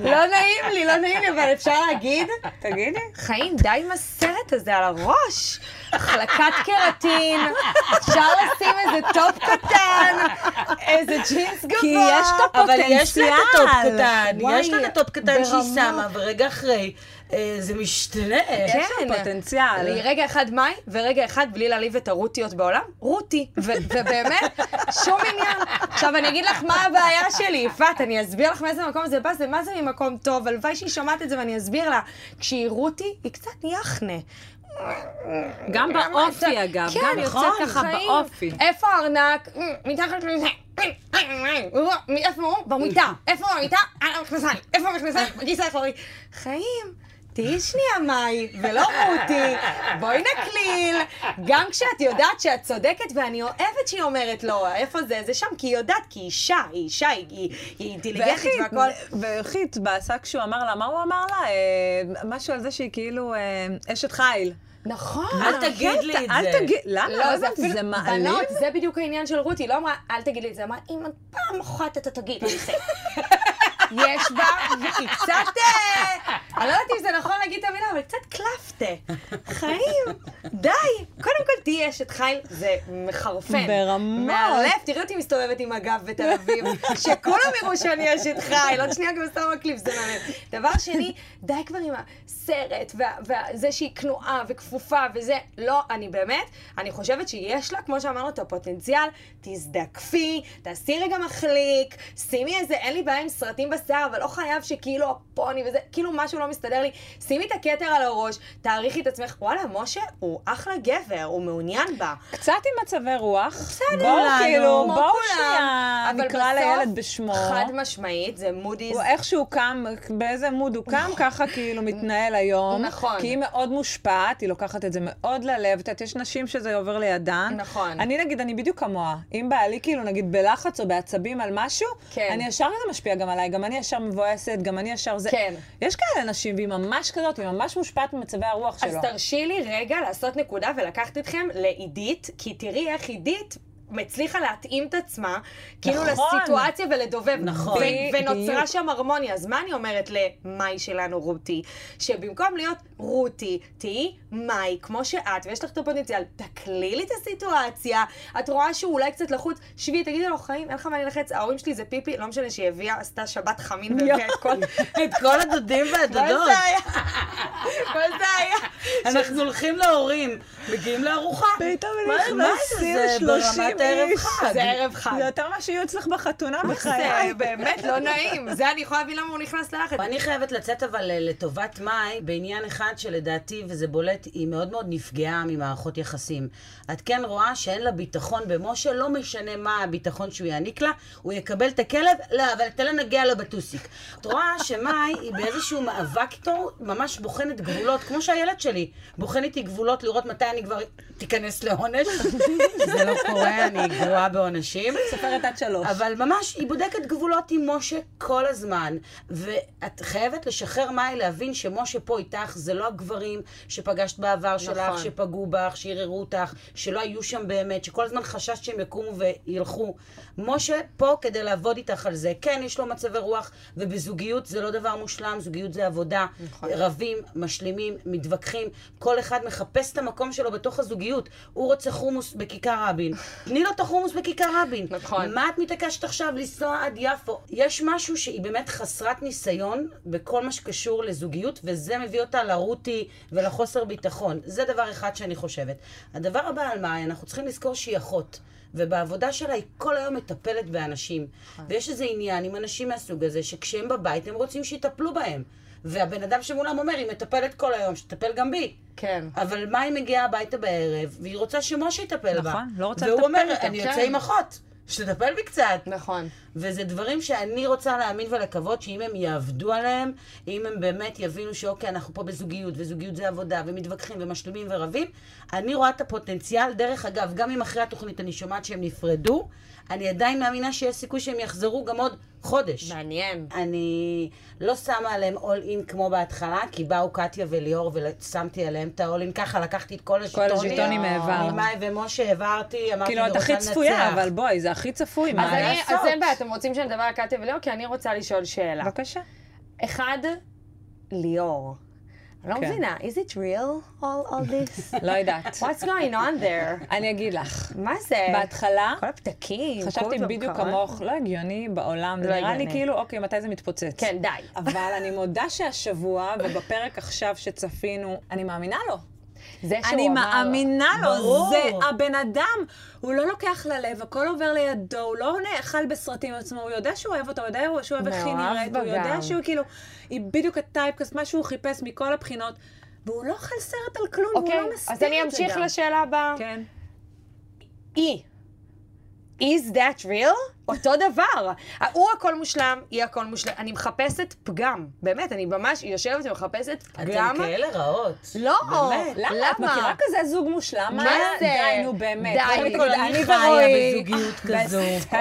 Speaker 5: לא נעים לי, לא נעים לי, אבל אפשר להגיד? תגידי. חיים, די עם הסרט הזה על הראש. החלקת קרטין, אפשר לשים איזה טופ קטן, איזה ג'ינס גבוה.
Speaker 3: כי יש את הפוטנציאל.
Speaker 4: אבל יש לה את הטופ קטן,
Speaker 5: וואי,
Speaker 4: יש לה את הטופ קטן שהיא
Speaker 5: ברמה.
Speaker 4: שמה, ורגע אחרי, אה, זה משתנה.
Speaker 3: יש לה פוטנציאל.
Speaker 5: היא כן, רגע אחד מאי, ורגע אחד בלי להעליב את הרוטיות בעולם, רותי. ו- ובאמת, שום עניין. עכשיו, אני אגיד לך מה הבעיה שלי, יפעת, אני אסביר לך מאיזה מקום זה בא, זה מה זה ממקום טוב, הלוואי שהיא שומעת את זה ואני אסביר לה. כשהיא רותי, היא קצת יחנה.
Speaker 3: גם באופי, אגב.
Speaker 5: כן,
Speaker 3: גם יוצאת ככה
Speaker 5: חיים.
Speaker 3: באופי.
Speaker 5: איפה הארנק? מתחת לזה. איפה הוא? במיטה. איפה במיטה? על המכנסיים. איפה המכנסיים? בגיסה האחורית. חיים, תהיי שנייה מאי, ולא רותי, בואי נקליל. גם כשאת יודעת שאת צודקת, ואני אוהבת שהיא אומרת לא, איפה זה, זה שם, כי היא יודעת, כי היא אישה, היא אישה, היא- היא היא אינטליגנטית
Speaker 8: והכי-
Speaker 5: והכל.
Speaker 8: והכי התבאסה כשהוא אמר לה, מה הוא אמר לה? אה, משהו על זה שהיא כאילו אה, אשת חיל.
Speaker 5: נכון.
Speaker 4: אל
Speaker 3: כן,
Speaker 4: תגיד לי את
Speaker 8: אל
Speaker 4: זה.
Speaker 8: תגיד, למה?
Speaker 5: לא, זה אפילו...
Speaker 8: זה מעליב?
Speaker 5: בנות, זה בדיוק העניין של רותי, היא לא אמרה, אל תגיד לי את זה, אמרה, אם את פעם אחת אתה תגיד לי את זה. [LAUGHS] יש בה, היא קצת, אה, אני לא יודעת אם זה נכון להגיד את המילה, אבל קצת קלפטה. חיים, די. קודם כל תהיי אשת חיל, זה מחרפן.
Speaker 3: ברמות.
Speaker 5: מאלף, תראי אותי מסתובבת עם הגב בתל אביב, שכולם יראו שאני אשת חיל, עוד לא שנייה גם שמה קליפ, זה מעניין. דבר שני, די כבר עם הסרט, וה- וזה שהיא כנועה וכפופה וזה, לא, אני באמת, אני חושבת שיש לה, כמו שאמרנו, את הפוטנציאל, תזדקפי, תעשי רגע מחליק, שימי איזה, אין לי בעיה עם סרטים בשיער, אבל לא חייב שכאילו הפוני וזה, כאילו משהו לא מסתדר לי, שימי את הכתר על הראש, תעריכי את עצמך, וואלה, משה הוא אחלה גבר, הוא מעוניין בה.
Speaker 3: קצת עם מצבי רוח. בסדר. בואו
Speaker 5: כולנו,
Speaker 3: כאילו,
Speaker 5: כמו
Speaker 3: בואו
Speaker 5: כולם.
Speaker 3: שנייה,
Speaker 5: אבל
Speaker 3: נקרא
Speaker 5: בסוף,
Speaker 3: לילד בשמו.
Speaker 5: חד משמעית, זה מודי'ס.
Speaker 3: הוא איכשהו קם, באיזה מוד הוא קם, ככה כאילו מתנהל היום.
Speaker 5: נכון.
Speaker 3: כי היא מאוד מושפעת, היא לוקחת את זה מאוד ללב. את יודעת, יש נשים שזה עובר לידן.
Speaker 5: נכון.
Speaker 3: אני נגיד, אני בדיוק כמוה. אם בעלי כאילו, נגיד, בלחץ או בעצבים על משהו,
Speaker 5: כן.
Speaker 3: אני ישר זה משפיע גם עליי, גם אני ישר מבואסת, גם אני ישר זה.
Speaker 5: כן.
Speaker 3: יש כאלה נשים, והיא ממש כזאת, היא ממש מושפעת ממצבי הרוח שלו.
Speaker 5: אז תרשי לי רגע לעשות נקודה ולקחת אתכם לעידית, כי תראי איך עידית... מצליחה להתאים את עצמה, כאילו
Speaker 3: נכון.
Speaker 5: לסיטואציה ולדובב.
Speaker 4: נכון.
Speaker 5: ו- ונוצרה
Speaker 3: בדיוק.
Speaker 5: שם הרמוניה. אז מה אני אומרת למאי שלנו, רותי? שבמקום להיות רותי, תהיי מאי, כמו שאת, ויש לך את הפוטנציאל, תקלילי את הסיטואציה. את רואה שהוא אולי קצת לחוץ, שבי, תגידי לו, חיים, אין לך מה ללחץ, ההורים שלי זה פיפי, לא משנה שהיא הביאה, עשתה שבת חמין והביאה את כל... [LAUGHS]
Speaker 4: את כל הדודים
Speaker 5: כל
Speaker 4: והדודות.
Speaker 5: זה היה. כל זה היה.
Speaker 4: אנחנו הולכים להורים, מגיעים לארוחה.
Speaker 3: פתאום
Speaker 4: מה-
Speaker 3: אני
Speaker 4: מה זה?
Speaker 3: נכנסים
Speaker 4: זה
Speaker 3: 30
Speaker 4: ברמת ערב
Speaker 3: איש.
Speaker 4: חג.
Speaker 5: זה ערב חג.
Speaker 3: זה יותר מה שיהיו אצלך בחתונה
Speaker 5: זה
Speaker 3: בחיי.
Speaker 5: באמת לא נעים. זה אני יכולה להבין למה הוא נכנס ללחץ.
Speaker 4: אני חייבת לצאת אבל אה, לטובת מאי, בעניין אחד שלדעתי, וזה בולט, היא מאוד מאוד נפגעה ממערכות יחסים. את כן רואה שאין לה ביטחון במשה, לא משנה מה הביטחון שהוא יעניק לה, הוא יקבל את הכלב, לא, אבל תן לה נגיע לו בטוסיק. את רואה שמאי היא באיזשהו מאבק איתו, ממש בוחנת גבולות, כמו שהילד שלי בוחן איתי גבולות לראות מתי אני כבר תיכנס לעונש. [LAUGHS] זה לא קורה, אני גרועה בעונשים.
Speaker 3: סופרת עד שלוש.
Speaker 4: אבל ממש, היא בודקת גבולות עם משה כל הזמן. ואת חייבת לשחרר מאי להבין שמשה פה איתך, זה לא הגברים שפגשת בעבר שלך,
Speaker 5: נכון.
Speaker 4: שפגעו בך, שערערו אותך, שלא היו שם באמת, שכל הזמן חששת שהם יקומו וילכו. משה פה כדי לעבוד איתך על זה. כן, יש לו מצבי רוח, ובזוגיות זה לא דבר מושלם, זוגיות זה עבודה. נכון. רבים, משלימים, מתווכחים, כל אחד מחפש את המקום שלו בתוך הזוגיות. הוא רוצה חומוס בכיכר רבין. תני לו את החומוס בכיכר רבין.
Speaker 5: נכון.
Speaker 4: מה את מתעקשת עכשיו לנסוע עד יפו? יש משהו שהיא באמת חסרת ניסיון בכל מה שקשור לזוגיות, וזה מביא אותה לרותי ולחוסר ביטחון. זה דבר אחד שאני חושבת. הדבר הבא על מאי, אנחנו צריכים לזכור שהיא אחות. ובעבודה שלה היא כל היום מטפלת באנשים. ויש איזה עניין עם אנשים מהסוג הזה, שכשהם בבית הם רוצים שיטפלו בהם. והבן אדם שמולם אומר, היא מטפלת כל היום, שתטפל גם בי.
Speaker 5: כן.
Speaker 4: אבל מאי מגיעה הביתה בערב, והיא רוצה שמשה יטפל בה.
Speaker 3: נכון, לא רוצה
Speaker 4: והוא
Speaker 3: לטפל
Speaker 4: אומר,
Speaker 3: איתה,
Speaker 4: אני
Speaker 5: כן.
Speaker 4: יוצא עם אחות, שתטפל בי קצת.
Speaker 5: נכון.
Speaker 4: וזה דברים שאני רוצה להאמין ולקוות שאם הם יעבדו עליהם, אם הם באמת יבינו שאוקיי, אנחנו פה בזוגיות, וזוגיות זה עבודה, ומתווכחים, ומשלימים ורבים, אני רואה את הפוטנציאל. דרך אגב, גם אם אחרי התוכנית אני שומעת שהם נפרדו, אני עדיין מאמינה שיש סיכוי שהם יחזרו גם עוד
Speaker 3: נכון.
Speaker 4: חודש.
Speaker 5: מעניין.
Speaker 4: אני לא שמה עליהם אול אין כמו בהתחלה, כי באו קטיה וליאור ושמתי עליהם את האול אין ככה, לקחתי את כל השלטונים.
Speaker 3: הז'יטונים העברת.
Speaker 4: ממאי ומשה העברתי, אמרתי,
Speaker 3: כאילו,
Speaker 4: אני
Speaker 3: את
Speaker 4: רוצה
Speaker 3: הכי
Speaker 4: לנצח.
Speaker 3: צפויה, אבל בואי, זה הכי צפוי,
Speaker 5: אז
Speaker 3: מה
Speaker 5: אני,
Speaker 3: לעשות?
Speaker 5: אז אין בעיה, אתם רוצים שנדבר על קטיה וליאור? כי אני רוצה לשאול שאלה.
Speaker 3: בבקשה.
Speaker 5: אחד, ליאור. אני לא
Speaker 3: כן.
Speaker 5: מבינה, is it real all all [LAUGHS] this?
Speaker 3: לא יודעת.
Speaker 5: What's going on there?
Speaker 3: אני אגיד לך,
Speaker 5: מה זה?
Speaker 3: בהתחלה
Speaker 5: אה. כל הפתקים.
Speaker 3: חשבתי
Speaker 5: כל
Speaker 3: בדיוק
Speaker 5: הדברים.
Speaker 3: כמוך, לא הגיוני בעולם, זה
Speaker 5: לא
Speaker 3: נראה לי
Speaker 5: הגיוני.
Speaker 3: כאילו, אוקיי, מתי זה מתפוצץ?
Speaker 5: כן, די.
Speaker 3: אבל אני מודה שהשבוע, ובפרק עכשיו שצפינו, אני מאמינה לו.
Speaker 5: זה שהוא אמר...
Speaker 3: אני מאמינה לו,
Speaker 4: ברור.
Speaker 3: זה הבן אדם, הוא לא לוקח ללב, הכל עובר לידו, הוא לא נאכל בסרטים עם עצמו, הוא יודע שהוא אוהב אותו, הוא יודע שהוא אוהב איך היא
Speaker 5: מאוהב
Speaker 3: נראית,
Speaker 5: בה
Speaker 3: הוא יודע
Speaker 5: גם.
Speaker 3: שהוא כאילו, היא בדיוק הטייפקאסט, מה שהוא חיפש מכל הבחינות, והוא לא אכל סרט על כלום, לא והוא
Speaker 5: אוקיי,
Speaker 3: לא מסתיר את זה
Speaker 5: אז אני אמשיך
Speaker 3: גם.
Speaker 5: לשאלה הבאה.
Speaker 3: כן.
Speaker 5: היא is that real? אותו דבר. הוא הכל מושלם, היא הכל מושלם. אני מחפשת פגם. באמת, אני ממש יושבת ומחפשת
Speaker 4: אתם
Speaker 5: פגם.
Speaker 4: כאלה רעות.
Speaker 5: לא,
Speaker 4: באמת.
Speaker 3: אה, למה? את מכירה כזה זוג מושלם?
Speaker 5: מה
Speaker 3: מה
Speaker 5: זה?
Speaker 3: די, נו באמת.
Speaker 5: די.
Speaker 3: אני
Speaker 5: כל
Speaker 3: אני
Speaker 4: חיה
Speaker 3: ורועי. [LAUGHS]
Speaker 4: בזוגיות כזו.
Speaker 5: [LAUGHS]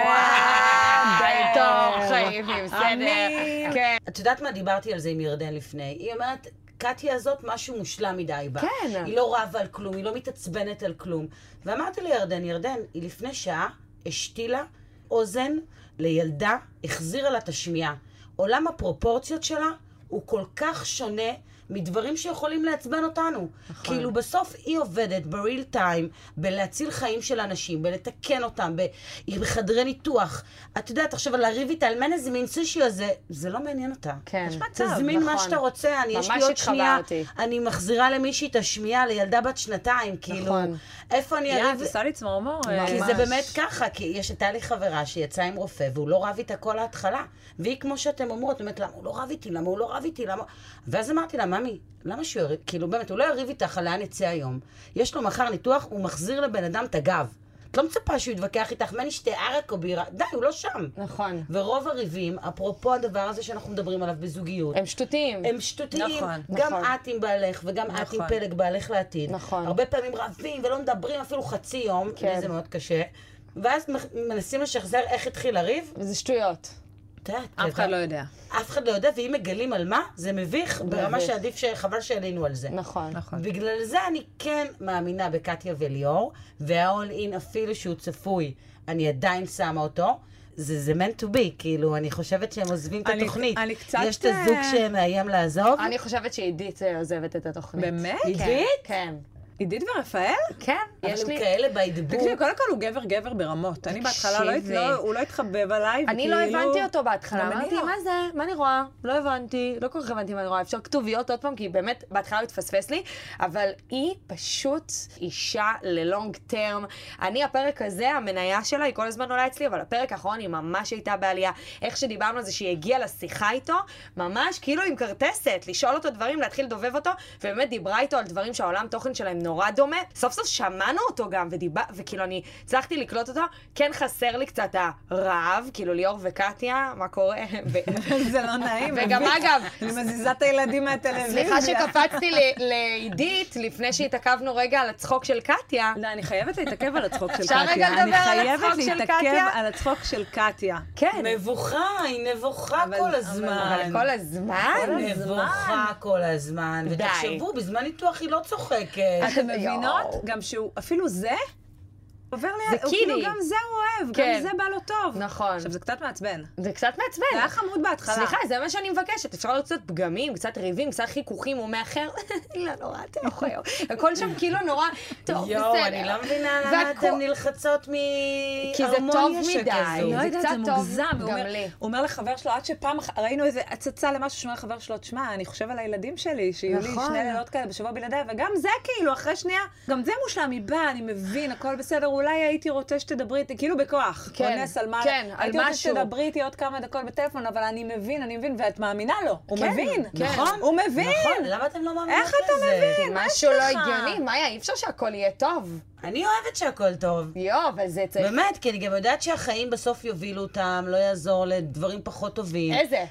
Speaker 5: וואי, טוב, חייבים, בסדר.
Speaker 3: אני-
Speaker 5: כן.
Speaker 4: את יודעת מה? דיברתי על זה עם ירדן לפני. היא אומרת, קטיה הזאת, משהו מושלם מדי בה.
Speaker 5: כן.
Speaker 4: היא לא רבה על כלום, היא לא מתעצבנת על כלום. ואמרתי לירדן, ירדן, היא לפני שעה השתילה אוזן לילדה, החזירה לה את השמיעה. עולם הפרופורציות שלה הוא כל כך שונה. מדברים שיכולים לעצבן אותנו. נכון. כאילו בסוף היא עובדת בריל טיים, בלהציל חיים של אנשים, בלתקן אותם, ב... היא בחדרי ניתוח. את יודעת, עכשיו לריב איתה על מה איזה מין סושי הזה, זה לא מעניין אותה.
Speaker 5: כן.
Speaker 4: תזמין מה
Speaker 5: נכון.
Speaker 4: שאתה רוצה, אני, יש לי
Speaker 5: ממש
Speaker 4: עוד שנייה,
Speaker 5: התחברתי.
Speaker 4: אני מחזירה למישהי את השמיעה, לילדה בת שנתיים, כאילו,
Speaker 5: נכון.
Speaker 4: איפה אני
Speaker 3: יאללה, את
Speaker 4: אריב?
Speaker 3: עושה לי צמרמורת.
Speaker 4: כי
Speaker 5: ממש.
Speaker 4: זה באמת ככה, כי יש, הייתה לי חברה שיצאה עם רופא, והוא לא רב איתה כל ההתחלה. והיא, כמו שאתם אומרות, אומרת, למה הוא לא רב איתי? למה הוא לא רב איתי? למה... ואז אמרתי לה, ממי, למה שהוא יריב? כאילו, באמת, הוא לא יריב איתך על לאן נצא היום. יש לו מחר ניתוח, הוא מחזיר לבן אדם את הגב. את לא מצפה שהוא יתווכח איתך, מה נשתה ערק או בירה? די, הוא לא שם.
Speaker 5: נכון.
Speaker 4: ורוב הריבים, אפרופו הדבר הזה שאנחנו מדברים עליו בזוגיות,
Speaker 5: הם שטותיים.
Speaker 4: הם שטותיים.
Speaker 3: נכון,
Speaker 4: גם
Speaker 5: נכון.
Speaker 4: את עם בעלך, וגם את עם
Speaker 3: נכון.
Speaker 4: פלג בעלך לעתיד.
Speaker 5: נכון.
Speaker 4: הרבה פעמים רבים ולא מדברים אפילו חצי יום,
Speaker 5: כן.
Speaker 4: וזה מאוד קשה. ואז מח- מנסים לשחזר איך התחיל הריב.
Speaker 5: זה שטויות.
Speaker 4: את יודעת,
Speaker 3: אף אחד
Speaker 4: אתה-
Speaker 3: לא יודע.
Speaker 4: אף אחד לא יודע, ואם מגלים על מה, זה מביך ברמה
Speaker 5: מביך.
Speaker 4: שעדיף, ש- חבל שעלינו על זה.
Speaker 5: נכון.
Speaker 3: נכון.
Speaker 4: בגלל זה אני כן מאמינה בקטיה וליאור, וה-all in אפילו שהוא צפוי, אני עדיין שמה אותו. זה, זה meant to be, כאילו, אני חושבת שהם עוזבים את
Speaker 3: אני-
Speaker 4: התוכנית.
Speaker 3: אני קצת,
Speaker 4: יש את הזוג
Speaker 3: אה,
Speaker 4: שמאיים לעזוב.
Speaker 5: אני חושבת שעידית אה, עוזבת את התוכנית.
Speaker 3: באמת?
Speaker 5: כן,
Speaker 4: עידית?
Speaker 5: כן.
Speaker 3: עידית ורפאל?
Speaker 5: כן, יש
Speaker 4: אבל
Speaker 5: לי...
Speaker 4: הם כאלה בעדבור.
Speaker 3: תקשיבי, קודם כל הוא גבר גבר ברמות. אני בהתחלה, לא הת-
Speaker 5: תקשיבי.
Speaker 3: לא- הוא לא התחבב עליי,
Speaker 5: אני לא
Speaker 3: וכאילו-
Speaker 5: הבנתי
Speaker 3: [LAUGHS]
Speaker 5: אותו
Speaker 3: כאילו. גם
Speaker 5: בהתחלה,
Speaker 3: אני
Speaker 5: אמרתי,
Speaker 3: לא.
Speaker 5: מה זה? מה אני רואה? לא הבנתי, לא כל כך הבנתי מה אני רואה, אפשר כתוביות עוד פעם, כי באמת, בהתחלה הוא התפספס לי, אבל היא פשוט אישה ללונג טרם. אני, הפרק הזה, המניה שלה, היא כל הזמן עולה אצלי, אבל הפרק האחרון היא ממש הייתה בעלייה. איך שדיברנו על זה שהיא הגיעה לשיחה איתו, ממש כאילו עם כרטסת, לשאול אותו דברים, להתחיל לדובב אותו, ובאמת דיברה איתו על דברים שהעולם תוכן שלהם נורא דומה. סוף סוף שמענו אותו גם, ודיבר, וכאילו אני הצלחתי לקלוט אותו, כן חסר לי קצת הרעב, כאילו ליאור וקטיה, מה קורה? [LAUGHS] ו-
Speaker 3: זה לא נעים.
Speaker 5: וגם
Speaker 3: מביך.
Speaker 5: אגב,
Speaker 3: אני מזיזה את הילדים מהטלוויזיה.
Speaker 5: סליחה שקפצתי ל- לעידית, לפני שהתעכבנו רגע על הצחוק של קטיה.
Speaker 3: לא, אני חייבת להתעכב על הצחוק של
Speaker 5: אפשר
Speaker 3: קטיה.
Speaker 5: רגע
Speaker 3: אני
Speaker 5: לדבר על
Speaker 3: חייבת
Speaker 5: הצחוק של
Speaker 3: להתעכב
Speaker 5: קטיה?
Speaker 3: על הצחוק של
Speaker 5: [LAUGHS]
Speaker 3: קטיה.
Speaker 5: כן,
Speaker 4: מבוכה, היא נבוכה
Speaker 3: אבל-
Speaker 4: כל
Speaker 3: אבל-
Speaker 4: הזמן.
Speaker 5: אבל כל הזמן.
Speaker 4: נבוכה כל הזמן.
Speaker 5: די.
Speaker 4: ותחשבו, בזמן ניתוח היא לא צוחקת.
Speaker 3: אתם מבינות?
Speaker 5: יואו.
Speaker 3: גם שהוא, אפילו זה עובר
Speaker 5: זה
Speaker 3: ליד, הוא
Speaker 5: קיני.
Speaker 3: כאילו גם זה הוא אוהב,
Speaker 5: כן.
Speaker 3: גם זה בא לו טוב.
Speaker 5: נכון.
Speaker 3: עכשיו, זה קצת מעצבן.
Speaker 5: זה קצת
Speaker 3: זה
Speaker 5: מעצבן.
Speaker 3: היה חמוד בהתחלה.
Speaker 5: סליחה, זה מה שאני מבקשת. אפשר להיות קצת פגמים, קצת ריבים, קצת חיכוכים, הוא מאחר. [LAUGHS] לא, נורא, אתה יכול. הכל שם כאילו נורא, טוב, בסדר.
Speaker 4: יואו, אני לא מבינה למה
Speaker 5: והכל-
Speaker 4: אתם נלחצות
Speaker 5: כי זה טוב
Speaker 4: מהרמוניה
Speaker 5: מדי.
Speaker 4: שכזו.
Speaker 5: זה
Speaker 3: לא יודעת, זה
Speaker 5: קצת טוב
Speaker 3: מוגזם. הוא
Speaker 5: גם
Speaker 3: אומר-
Speaker 5: לי.
Speaker 3: הוא אומר לחבר שלו, עד שפעם אחת, ראינו איזה הצצה למשהו שאומר לחבר שלו, תשמע, אני חושב על הילדים שלי, שיהיו לי
Speaker 5: נכון.
Speaker 3: שני לילות כאלה בשבוע בלעדיי, וגם זה כאילו, אחרי שנייה, גם זה מושלם, היא באה, אני מבין, הכל בסדר, אולי הייתי רוצה שתדברי איתי, כאילו בכוח.
Speaker 5: כן,
Speaker 3: אונס על מה,
Speaker 5: כן, על
Speaker 3: הייתי רוצה
Speaker 5: משהו.
Speaker 3: שתדברי איתי עוד כמה דקות בטלפון, אבל אני מבין, אני מבין, ואת מאמינה לו. הוא
Speaker 5: כן,
Speaker 3: מבין.
Speaker 5: כן.
Speaker 3: נכון. הוא
Speaker 4: נכון,
Speaker 3: מבין.
Speaker 4: למה אתם לא מאמינות
Speaker 3: איך
Speaker 4: לזה?
Speaker 3: אתה מבין? מה יש
Speaker 5: משהו לא
Speaker 3: לך?
Speaker 5: הגיוני, מאיה, אי אפשר שהכל יהיה טוב.
Speaker 4: אני אוהבת שהכל טוב.
Speaker 5: יואו, אבל זה צריך...
Speaker 4: באמת, כי אני גם יודעת שהחיים בסוף יובילו אותם, לא יעזור לדברים פחות טובים.
Speaker 5: איזה?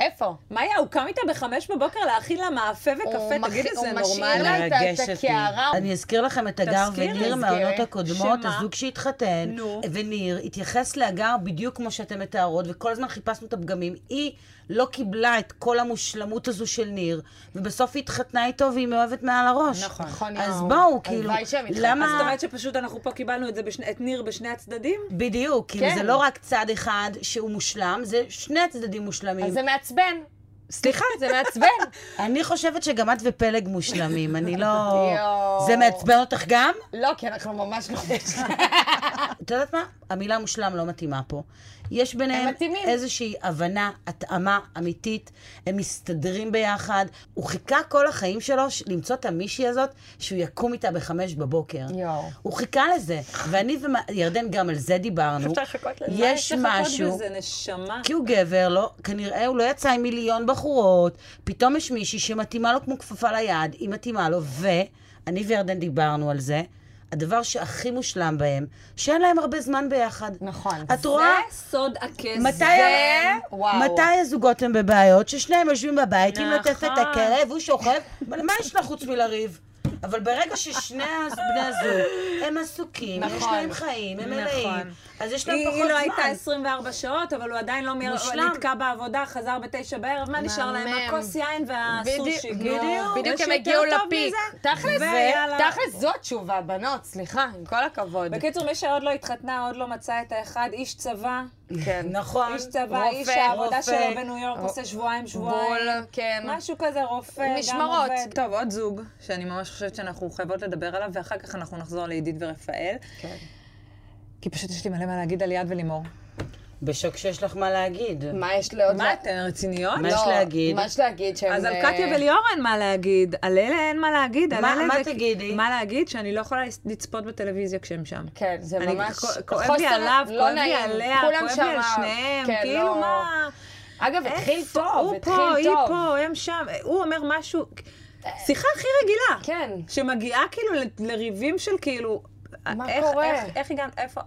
Speaker 5: איפה?
Speaker 3: מאיה, הוא קם איתה בחמש בבוקר להכין לה מאפה
Speaker 5: הוא
Speaker 3: וקפה,
Speaker 5: מכין-
Speaker 3: תגידי, זה
Speaker 5: הוא משאיר
Speaker 3: נורמלי?
Speaker 5: לה- את ה- את
Speaker 4: מרגש אותי.
Speaker 5: הקערה.
Speaker 4: אני אזכיר לכם את הגר
Speaker 3: תזכירי,
Speaker 4: וניר
Speaker 5: תזכירי.
Speaker 4: מהעונות הקודמות,
Speaker 3: שמה?
Speaker 4: הזוג שהתחתן,
Speaker 3: נו.
Speaker 4: וניר התייחס להגר בדיוק כמו שאתם מתארות, וכל הזמן חיפשנו את הפגמים. היא לא קיבלה את כל המושלמות הזו של ניר, ובסוף היא התחתנה איתו והיא מאוהבת מעל הראש.
Speaker 3: נכון.
Speaker 5: נכון,
Speaker 4: אז
Speaker 5: יואו.
Speaker 4: בואו, כאילו,
Speaker 5: הלוואי שהם יתחתנו.
Speaker 3: אז זאת
Speaker 4: למה...
Speaker 3: אומרת שפשוט אנחנו פה קיבלנו את זה, בשני- את ניר בשני הצדדים?
Speaker 4: בדיוק, כאילו
Speaker 5: כן.
Speaker 4: זה לא רק צד אחד שהוא מושלם, זה שני הצדדים מושלמים.
Speaker 5: אז זה מעצבן. סליחה, זה מעצבן.
Speaker 4: אני חושבת שגם את ופלג מושלמים, אני לא...
Speaker 5: [LAUGHS] יואו.
Speaker 4: זה מעצבן אותך גם?
Speaker 5: לא, כי אנחנו ממש לא...
Speaker 4: את יודעת מה? המילה מושלם לא מתאימה פה. יש
Speaker 5: הם
Speaker 4: ביניהם
Speaker 5: מתאימים.
Speaker 4: איזושהי הבנה, התאמה אמיתית, הם מסתדרים ביחד. הוא חיכה כל החיים שלו ש- למצוא את המישהי הזאת, שהוא יקום איתה בחמש בבוקר.
Speaker 5: יואו.
Speaker 4: הוא חיכה לזה, ואני וירדן גם על זה דיברנו. יש משהו,
Speaker 3: זה נשמה.
Speaker 4: כי הוא גבר, לא, כנראה הוא לא יצא עם מיליון בחורות, פתאום יש מישהי שמתאימה לו כמו כפפה ליד, היא מתאימה לו, ואני וירדן דיברנו על זה, הדבר שהכי מושלם בהם, שאין להם הרבה זמן ביחד.
Speaker 5: נכון.
Speaker 4: את רואה?
Speaker 9: סוד הכסף.
Speaker 4: מתי,
Speaker 5: וואו.
Speaker 4: מתי הזוגות הם בבעיות? ששניהם יושבים בבית, היא מלטפת את
Speaker 9: נכון.
Speaker 4: הכלב, הוא שוכב, אבל מה יש לה חוץ מלריב? אבל ברגע ששני הז- בני הזוג הם עסוקים, יש
Speaker 5: נכון.
Speaker 4: להם חיים, הם מלאים, אז יש להם
Speaker 9: נכון. היא
Speaker 4: פחות
Speaker 9: היא
Speaker 4: זמן.
Speaker 9: לא הייתה 24 שעות, אבל הוא עדיין לא מ-
Speaker 4: מושלם.
Speaker 9: נתקע בעבודה, חזר בתשע בערב, מה נשאר להם?
Speaker 5: מהמם.
Speaker 9: הכוס יין והסושי.
Speaker 5: בדיוק,
Speaker 9: כאילו.
Speaker 5: נו, בדיוק
Speaker 9: יש
Speaker 5: הם
Speaker 9: יותר
Speaker 5: הגיעו
Speaker 9: טוב
Speaker 5: לפיק.
Speaker 9: מזה?
Speaker 5: תכל'ס, זה-
Speaker 9: ויאללה.
Speaker 5: תכל'ס זו התשובה, בנות, סליחה, עם כל הכבוד.
Speaker 9: בקיצור, מי שעוד לא התחתנה, עוד לא מצא את האחד, איש צבא.
Speaker 5: כן.
Speaker 4: נכון.
Speaker 9: איש צבא,
Speaker 5: רופא,
Speaker 9: איש העבודה
Speaker 4: רופא.
Speaker 9: שלו בניו יורק עושה שבועיים, שבועיים.
Speaker 5: בול, כן.
Speaker 9: משהו כזה, רופא, גם
Speaker 5: משמרות.
Speaker 9: עובד.
Speaker 3: טוב, עוד זוג, שאני ממש חושבת שאנחנו חייבות לדבר עליו, ואחר כך אנחנו נחזור לעידית ורפאל.
Speaker 5: כן.
Speaker 3: כי פשוט יש לי מלא מה להגיד על ליעד ולימור.
Speaker 4: בשוק שיש לך מה להגיד.
Speaker 5: מה יש לעוד?
Speaker 3: מה,
Speaker 5: לה-
Speaker 3: אתן רציניות?
Speaker 4: מה יש
Speaker 5: לא,
Speaker 4: להגיד?
Speaker 5: מה יש להגיד שהם...
Speaker 3: אז על
Speaker 5: אה,
Speaker 3: קטיה וליאור אין מה להגיד, על אלה אין מה להגיד, על
Speaker 4: מה-
Speaker 3: אלה
Speaker 4: מה
Speaker 3: זה-
Speaker 4: תגידי?
Speaker 3: מה להגיד? שאני לא יכולה לצפות בטלוויזיה כשהם שם.
Speaker 5: כן, זה
Speaker 3: אני-
Speaker 5: ממש...
Speaker 3: כ- כואב לי
Speaker 5: חוסר-
Speaker 3: עליו,
Speaker 5: לא
Speaker 3: כואב לי
Speaker 5: נעים.
Speaker 3: עליה,
Speaker 5: כולם
Speaker 3: כואב
Speaker 5: שם,
Speaker 3: לי על שניהם,
Speaker 5: כן,
Speaker 3: כאילו
Speaker 5: לא.
Speaker 3: מה...
Speaker 5: אגב, התחיל
Speaker 3: איפה?
Speaker 5: טוב,
Speaker 3: הוא
Speaker 5: התחיל
Speaker 3: פה, היא
Speaker 5: טוב.
Speaker 3: פה, הם שם, הוא אומר משהו, שיחה הכי רגילה.
Speaker 5: כן.
Speaker 3: שמגיעה כאילו ל- לריבים של כאילו...
Speaker 5: מה
Speaker 3: איך-
Speaker 5: קורה?
Speaker 3: איך- איך הגענו, איפה,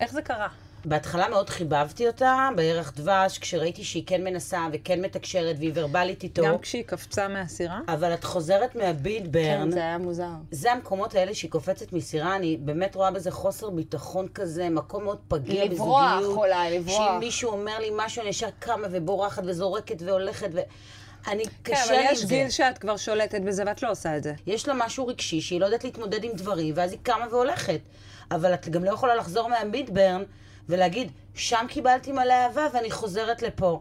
Speaker 3: איך זה קרה?
Speaker 4: בהתחלה מאוד חיבבתי אותה בירח דבש, כשראיתי שהיא כן מנסה וכן מתקשרת והיא ורבלית איתו,
Speaker 3: גם כשהיא קפצה מהסירה?
Speaker 4: אבל את חוזרת מהבידברן.
Speaker 5: כן, זה היה מוזר.
Speaker 4: זה המקומות האלה שהיא קופצת מסירה, אני באמת רואה בזה חוסר ביטחון כזה, מקום מאוד פגיע בזוגיות.
Speaker 5: לברוח, אולי, לברוח.
Speaker 4: שאם מישהו אומר לי משהו, אני ישר קמה ובורחת וזורקת והולכת, ואני,
Speaker 3: כן,
Speaker 4: קשה
Speaker 3: אבל
Speaker 4: לי עם
Speaker 3: יש
Speaker 4: זה.
Speaker 3: גיל שאת כבר שולטת בזה ואת לא עושה את זה.
Speaker 4: יש לה משהו רגשי שהיא לא יודעת להתמודד עם דברים, ואז היא קמה והולכת. אבל את גם לא יכולה לחזור מהמידברן ולהגיד, שם קיבלתי מלא אהבה ואני חוזרת לפה.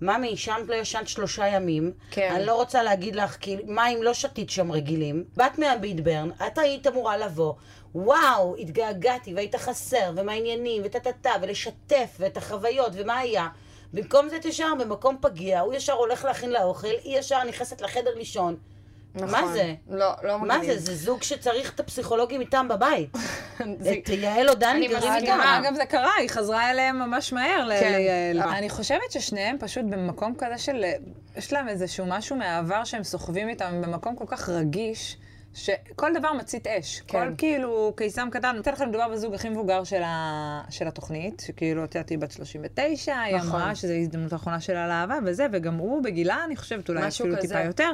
Speaker 4: ממי, שם לא ישנת שלושה ימים.
Speaker 5: כן.
Speaker 4: אני לא רוצה להגיד לך, כי מים לא שתית שם רגילים. באת מהמידברן, את היית אמורה לבוא. וואו, התגעגעתי והיית חסר, ומה העניינים, וטה-טה-טה, ולשתף, ואת החוויות, ומה היה. במקום זה את ישר במקום פגיע, הוא ישר הולך להכין לה אוכל, היא ישר נכנסת לחדר לישון. מה
Speaker 5: נכון.
Speaker 4: זה?
Speaker 5: לא, לא
Speaker 4: מה
Speaker 5: מגניב.
Speaker 4: זה? זה זוג שצריך את הפסיכולוגים איתם בבית.
Speaker 3: [LAUGHS]
Speaker 5: [LAUGHS] זה-
Speaker 4: את יעל או דני
Speaker 5: אני
Speaker 4: גרים
Speaker 5: מסכימה,
Speaker 4: איתם.
Speaker 5: אה.
Speaker 3: אגב, זה קרה, היא חזרה אליהם ממש מהר, ל-
Speaker 5: כן.
Speaker 3: ליעל.
Speaker 5: אה.
Speaker 3: אני חושבת ששניהם פשוט במקום כזה של... יש להם איזשהו משהו מהעבר שהם סוחבים איתם, הם במקום כל כך רגיש. שכל דבר מצית אש. כן. כל כאילו קיסם קטן, נותן לכם מדובר בזוג הכי מבוגר של, ה... של התוכנית, שכאילו, את יודעת, היא בת 39, היא
Speaker 5: נכון.
Speaker 3: אמרה שזו ההזדמנות האחרונה שלה לאהבה וזה, וגם הוא בגילה, אני חושבת, אולי
Speaker 5: משהו
Speaker 3: אפילו
Speaker 5: כזה.
Speaker 3: טיפה יותר.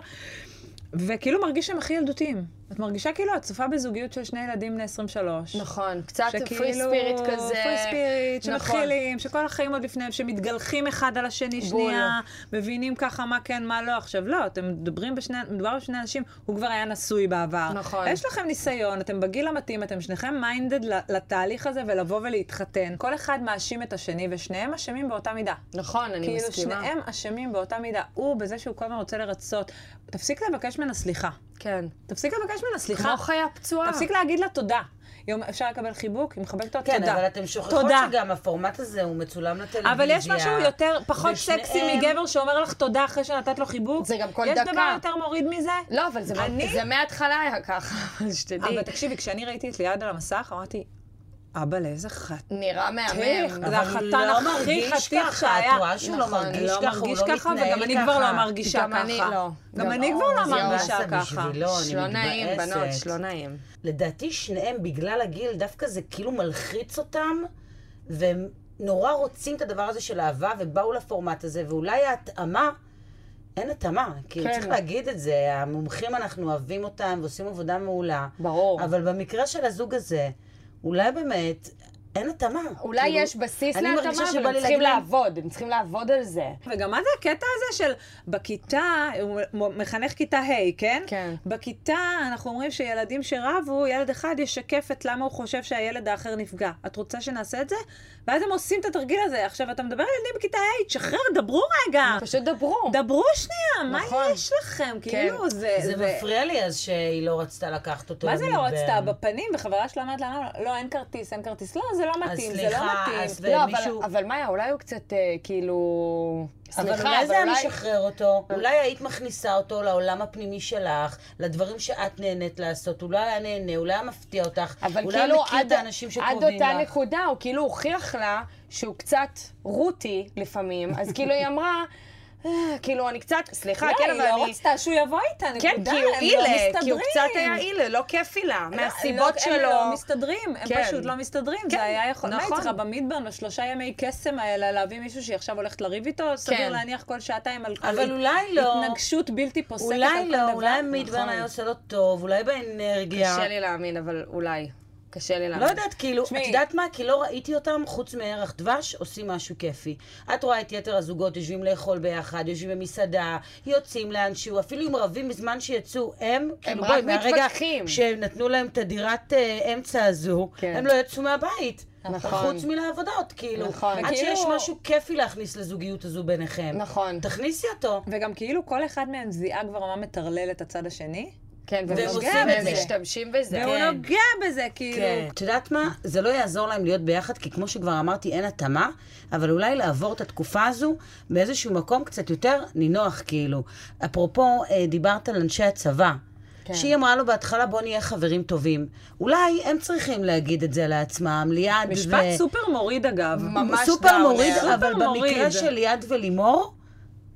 Speaker 3: וכאילו מרגיש שהם הכי ילדותיים. את מרגישה כאילו את צופה בזוגיות של שני ילדים בני 23.
Speaker 5: נכון, קצת
Speaker 3: שכאילו-
Speaker 5: פרי ספיריט כזה.
Speaker 3: פרי ספיריט,
Speaker 5: נכון.
Speaker 3: שמתחילים, שכל החיים עוד לפניהם, שמתגלחים אחד על השני
Speaker 5: בול.
Speaker 3: שנייה, מבינים ככה מה כן, מה לא. עכשיו, לא, אתם מדברים בשני, מדובר בשני אנשים, הוא כבר היה נשוי בעבר.
Speaker 5: נכון.
Speaker 3: יש לכם ניסיון, אתם בגיל המתאים, אתם שניכם מיינדד ל- לתהליך הזה ולבוא ולהתחתן. כל אחד מאשים את השני, ושניהם אשמים באותה מידה.
Speaker 5: נכון, אני
Speaker 3: כאילו,
Speaker 5: מסכימה.
Speaker 3: שניהם אשמים באותה מידה. הוא, בזה שהוא כל הזמן רוצה לרצות. תפסיק לבקש ממנה סליחה.
Speaker 5: כן.
Speaker 3: תפסיק לבקש ממנה סליחה.
Speaker 5: כמו חיה פצועה.
Speaker 3: תפסיק להגיד לה תודה. יום אפשר לקבל חיבוק, היא מחבקת אותה,
Speaker 4: כן,
Speaker 3: תודה.
Speaker 4: אבל אתם שוכחות
Speaker 3: תודה.
Speaker 4: שגם הפורמט הזה הוא מצולם לטלוויזיה.
Speaker 3: אבל יש משהו יותר, פחות
Speaker 4: ושניהם-
Speaker 3: סקסי מגבר שאומר לך תודה אחרי שנתת לו חיבוק?
Speaker 5: זה גם כל
Speaker 3: יש
Speaker 5: דקה.
Speaker 3: דבר יותר מוריד מזה?
Speaker 5: לא, אבל זה
Speaker 3: אני-
Speaker 5: זה מההתחלה היה ככה, [LAUGHS] אז שתדעי.
Speaker 3: אה, אבל תקשיבי, כשאני ראיתי את ליעד על המסך, אמרתי, אבא, לאיזה חתיך.
Speaker 5: נראה מהמם.
Speaker 3: זה
Speaker 4: אבל הוא
Speaker 3: החתן
Speaker 4: לא
Speaker 3: הכי
Speaker 4: מרגיש
Speaker 3: חתיך
Speaker 4: ככה,
Speaker 3: שהיה.
Speaker 4: את רואה שהוא לא
Speaker 5: נכון,
Speaker 4: מרגיש
Speaker 3: לא
Speaker 4: ככה, הוא
Speaker 3: מרגיש
Speaker 4: לא
Speaker 3: ככה,
Speaker 4: מתנהל ככה.
Speaker 3: וגם אני כבר לא מרגישה ככה.
Speaker 5: גם אני לא.
Speaker 3: גם
Speaker 5: גם
Speaker 3: אני כבר לא
Speaker 5: אור, זה
Speaker 3: מרגישה
Speaker 4: באסה
Speaker 3: ככה.
Speaker 4: בשבילו, לא, אני
Speaker 5: שלא נעים,
Speaker 4: מתבאסת.
Speaker 5: בנות, שלא נעים.
Speaker 4: לדעתי שניהם, בגלל הגיל, דווקא זה כאילו מלחיץ אותם, והם נורא רוצים את הדבר הזה של אהבה, ובאו לפורמט הזה, ואולי ההתאמה, אין התאמה, כאילו
Speaker 5: כן.
Speaker 4: צריך להגיד את זה, המומחים, אנחנו אוהבים אותם ועושים עבודה מעולה,
Speaker 5: ברור.
Speaker 4: אבל במקרה של הזוג הזה, אולי באמת אין התאמה.
Speaker 5: אולי
Speaker 4: כאילו,
Speaker 5: יש בסיס
Speaker 4: אני
Speaker 5: להתאמה,
Speaker 4: מרגישה
Speaker 5: אבל
Speaker 4: שבא
Speaker 5: הם
Speaker 4: לי
Speaker 5: צריכים
Speaker 4: להגיד להם-
Speaker 5: לעבוד, הם צריכים לעבוד על זה.
Speaker 3: וגם מה זה הקטע הזה של בכיתה, הוא מחנך כיתה ה', כן?
Speaker 5: כן.
Speaker 3: בכיתה אנחנו אומרים שילדים שרבו, ילד אחד ישקף את למה הוא חושב שהילד האחר נפגע. את רוצה שנעשה את זה? ואז הם עושים את התרגיל הזה. עכשיו, אתה מדבר על ילדים בכיתה ה', תשחרר, דברו רגע.
Speaker 5: פשוט דברו.
Speaker 3: דברו שנייה,
Speaker 5: נכון.
Speaker 3: מה יש לכם? כאילו, זה...
Speaker 4: זה
Speaker 3: זה-
Speaker 4: מפריע לי אז שהיא לא רצתה לקחת אותו.
Speaker 3: מה זה לא
Speaker 4: למדבר.
Speaker 3: רצתה? בפנים, וחברה שלה אומרת לה, "לא, לא, אין כרטיס, אין כרטיס. לא, זה לא
Speaker 4: אז
Speaker 3: מתאים, זה לא
Speaker 4: סליחה,
Speaker 3: מתאים.
Speaker 4: אז
Speaker 5: לא, אבל-
Speaker 4: מישהו...
Speaker 5: אבל מאיה, אולי הוא קצת אה, כאילו...
Speaker 4: אבל
Speaker 5: סליחה,
Speaker 4: אולי זה היה
Speaker 5: אבל אולי...
Speaker 4: משחרר אותו, אולי היית מכניסה אותו לעולם הפנימי שלך, לדברים שאת נהנית לעשות, אולי היה נהנה, אולי היה מפתיע אותך,
Speaker 5: אבל
Speaker 4: אולי היה
Speaker 5: כאילו
Speaker 4: מכיר
Speaker 5: עד,
Speaker 4: את האנשים
Speaker 5: עד
Speaker 4: שקרובים
Speaker 5: אותה
Speaker 4: לך.
Speaker 5: נקודה הוא כאילו הוכיח לה שהוא קצת רותי לפעמים, אז כאילו היא אמרה, אה, כאילו, אני קצת, סליחה,
Speaker 3: לא,
Speaker 5: כן,
Speaker 3: היא
Speaker 5: אבל
Speaker 3: לא
Speaker 5: אני...
Speaker 3: רצתה שהוא יבוא איתה, נקודה.
Speaker 5: כן, כי הוא
Speaker 3: הם לא
Speaker 5: אילה, כי
Speaker 3: מסתדרים.
Speaker 5: הוא קצת היה אילה, לא כיפי לה,
Speaker 3: לא,
Speaker 5: מהסיבות
Speaker 3: לא,
Speaker 5: שלו.
Speaker 3: הם לא מסתדרים, הם
Speaker 5: כן.
Speaker 3: פשוט לא מסתדרים.
Speaker 5: כן,
Speaker 3: זה היה יכול... מה היא
Speaker 5: נכון.
Speaker 3: צריכה במדברן, השלושה ימי קסם האלה, להביא מישהו שהיא עכשיו הולכת לריב איתו? סביר
Speaker 5: כן.
Speaker 3: להניח כל שעתיים על
Speaker 4: אבל
Speaker 3: על
Speaker 4: אולי לא.
Speaker 3: התנגשות בלתי פוסקת על כל דבר.
Speaker 4: אולי לא, אולי מידברן
Speaker 3: נכון.
Speaker 4: היה עושה לו טוב, אולי באנרגיה.
Speaker 5: קשה לי להאמין, אבל אולי. קשה לי
Speaker 4: לא
Speaker 5: להאמין.
Speaker 4: יודעת, כאילו, את
Speaker 3: תשמעי.
Speaker 4: יודעת מה? כי לא ראיתי אותם, חוץ מירח דבש, עושים משהו כיפי. את רואה את יתר הזוגות יושבים לאכול ביחד, יושבים במסעדה, יוצאים לאנשהו, אפילו אם רבים בזמן שיצאו, הם, כאילו,
Speaker 5: רק
Speaker 4: בואי, מהרגע
Speaker 5: מתפכחים.
Speaker 4: שנתנו להם את הדירת אה, אמצע הזו,
Speaker 5: כן.
Speaker 4: הם לא יצאו מהבית.
Speaker 5: נכון.
Speaker 4: חוץ מלעבודות, כאילו.
Speaker 5: נכון.
Speaker 4: עד שיש
Speaker 3: וכאילו-
Speaker 4: משהו כיפי להכניס לזוגיות הזו ביניכם.
Speaker 5: נכון.
Speaker 4: תכניסי אותו.
Speaker 3: וגם כאילו כל אחד מהם זיהה כבר מה מטרלל את הצד השני,
Speaker 5: כן, והם
Speaker 4: והם
Speaker 5: עושים
Speaker 4: עושים
Speaker 5: והם
Speaker 4: את זה.
Speaker 5: משתמשים בזה.
Speaker 3: והוא
Speaker 5: כן.
Speaker 3: נוגע בזה, כאילו.
Speaker 4: כן. את יודעת מה? זה לא יעזור להם להיות ביחד, כי כמו שכבר אמרתי, אין התאמה, אבל אולי לעבור את התקופה הזו באיזשהו מקום קצת יותר נינוח, כאילו. אפרופו, אה, דיברת על אנשי הצבא. כן. שהיא אמרה לו בהתחלה, בוא נהיה חברים טובים. אולי הם צריכים להגיד את זה לעצמם, ליעד ו...
Speaker 3: משפט סופר מוריד, אגב.
Speaker 5: ממש
Speaker 4: סופר
Speaker 5: דאון.
Speaker 4: מוריד,
Speaker 3: סופר
Speaker 4: אבל במקרה
Speaker 3: מוריד.
Speaker 4: של ליעד ולימור,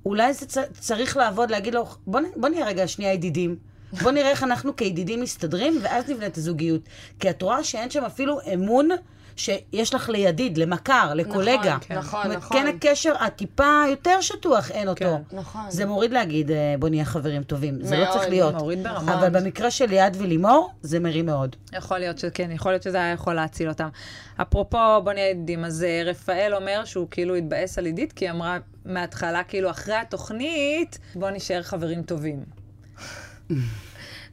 Speaker 4: אולי זה צ- צריך לעבוד, להגיד לו, בוא, נ- בוא נהיה רגע שנייה ידידים. בוא נראה איך אנחנו כידידים מסתדרים, ואז נבנה את הזוגיות. כי את רואה שאין שם אפילו אמון שיש לך לידיד, למכר, לקולגה.
Speaker 5: כן. נכון,
Speaker 4: זאת אומרת,
Speaker 5: נכון.
Speaker 4: כן הקשר הטיפה יותר שטוח, אין אותו.
Speaker 5: נכון.
Speaker 4: זה מוריד להגיד, אה, בוא נהיה חברים טובים. זה לא
Speaker 5: מאוד.
Speaker 4: צריך להיות.
Speaker 3: מוריד ברמה.
Speaker 4: אבל במקרה של ליעד ולימור, זה מרים מאוד.
Speaker 3: יכול להיות שכן, יכול להיות שזה היה יכול להציל אותם. אפרופו, בוא נהיה ידידים, אז אה, רפאל אומר שהוא כאילו התבאס על עידית, כי היא אמרה מההתחלה, כאילו, אחרי התוכנית, בוא נישאר חברים טובים.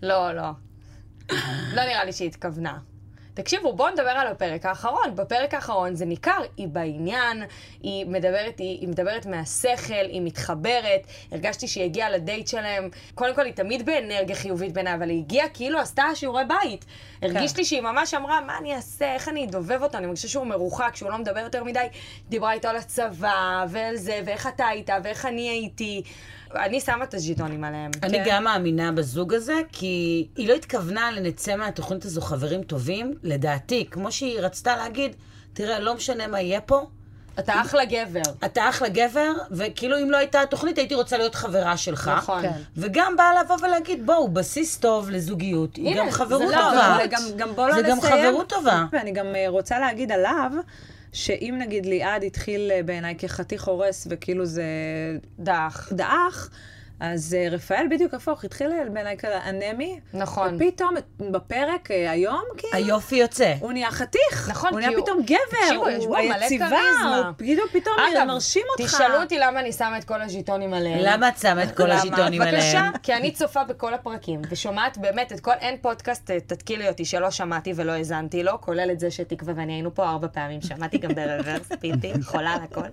Speaker 5: לא, לא. לא נראה לי שהיא התכוונה. תקשיבו, בואו נדבר על הפרק האחרון. בפרק האחרון זה ניכר, היא בעניין, היא מדברת, היא, היא מדברת מהשכל, היא מתחברת. הרגשתי שהיא הגיעה לדייט שלהם. קודם כל, היא תמיד באנרגיה חיובית בעיניי, אבל היא הגיעה כאילו עשתה שיעורי בית. הרגיש לי שהיא ממש אמרה, מה אני אעשה, איך אני אדובב אותו, אני מרגישה שהוא מרוחק, שהוא לא מדבר יותר מדי. דיברה איתו על הצבא, ועל זה, ואיך אתה היית, ואיך אני הייתי. אני שמה את הז'יטונים עליהם.
Speaker 4: אני גם מאמינה בזוג הזה, כי היא לא התכוונה לנצא מהתוכנית הזו חברים טובים, לדעתי, כמו שהיא רצתה להגיד, תראה, לא משנה מה יהיה פה,
Speaker 5: אתה אחלה גבר.
Speaker 4: אתה אחלה גבר, וכאילו אם לא הייתה התוכנית, הייתי רוצה להיות חברה שלך.
Speaker 5: נכון. כן.
Speaker 4: וגם באה לבוא ולהגיד, בואו, בסיס טוב לזוגיות, היא
Speaker 5: הנה,
Speaker 4: גם
Speaker 5: זה
Speaker 4: חברות
Speaker 5: לא,
Speaker 4: טובה.
Speaker 3: זה גם, גם בוא לא
Speaker 4: זה גם
Speaker 3: נסיים.
Speaker 4: חברות טובה.
Speaker 3: ואני גם אה, רוצה להגיד עליו, שאם נגיד ליעד התחיל אה, בעיניי כחתיך הורס, וכאילו זה
Speaker 5: דח.
Speaker 3: דעך, אז אה, רפאל בדיוק הפוך, התחיל אה, בעיניי כאנמי,
Speaker 5: נכון.
Speaker 3: ופתאום בפרק אה, היום, כאילו,
Speaker 4: היופי יוצא.
Speaker 5: כן.
Speaker 3: הוא נהיה חתיך,
Speaker 5: נכון,
Speaker 3: הוא
Speaker 5: כי
Speaker 3: נהיה
Speaker 5: הוא-
Speaker 3: פתאום גבר,
Speaker 5: תקשיבו, יש בו
Speaker 3: הוא
Speaker 5: מלא
Speaker 3: היציבה,
Speaker 5: כריזמה.
Speaker 3: הוא פתאום, פתאום מרשים אותך.
Speaker 5: תשאלו אותי למה אני שמה את כל הז'יטונים עליהם.
Speaker 4: למה את שמה את כל
Speaker 5: למה?
Speaker 4: הז'יטונים עליהם?
Speaker 5: בבקשה, כי אני צופה בכל הפרקים, ושומעת באמת את כל, אין פודקאסט, אה, תתקילי אותי, שלא שמעתי ולא האזנתי לו, כולל את זה שתקווה ואני היינו פה ארבע פעמים, שמעתי גם
Speaker 4: [LAUGHS]
Speaker 5: ברוורס, פיתי, חולה על הכל.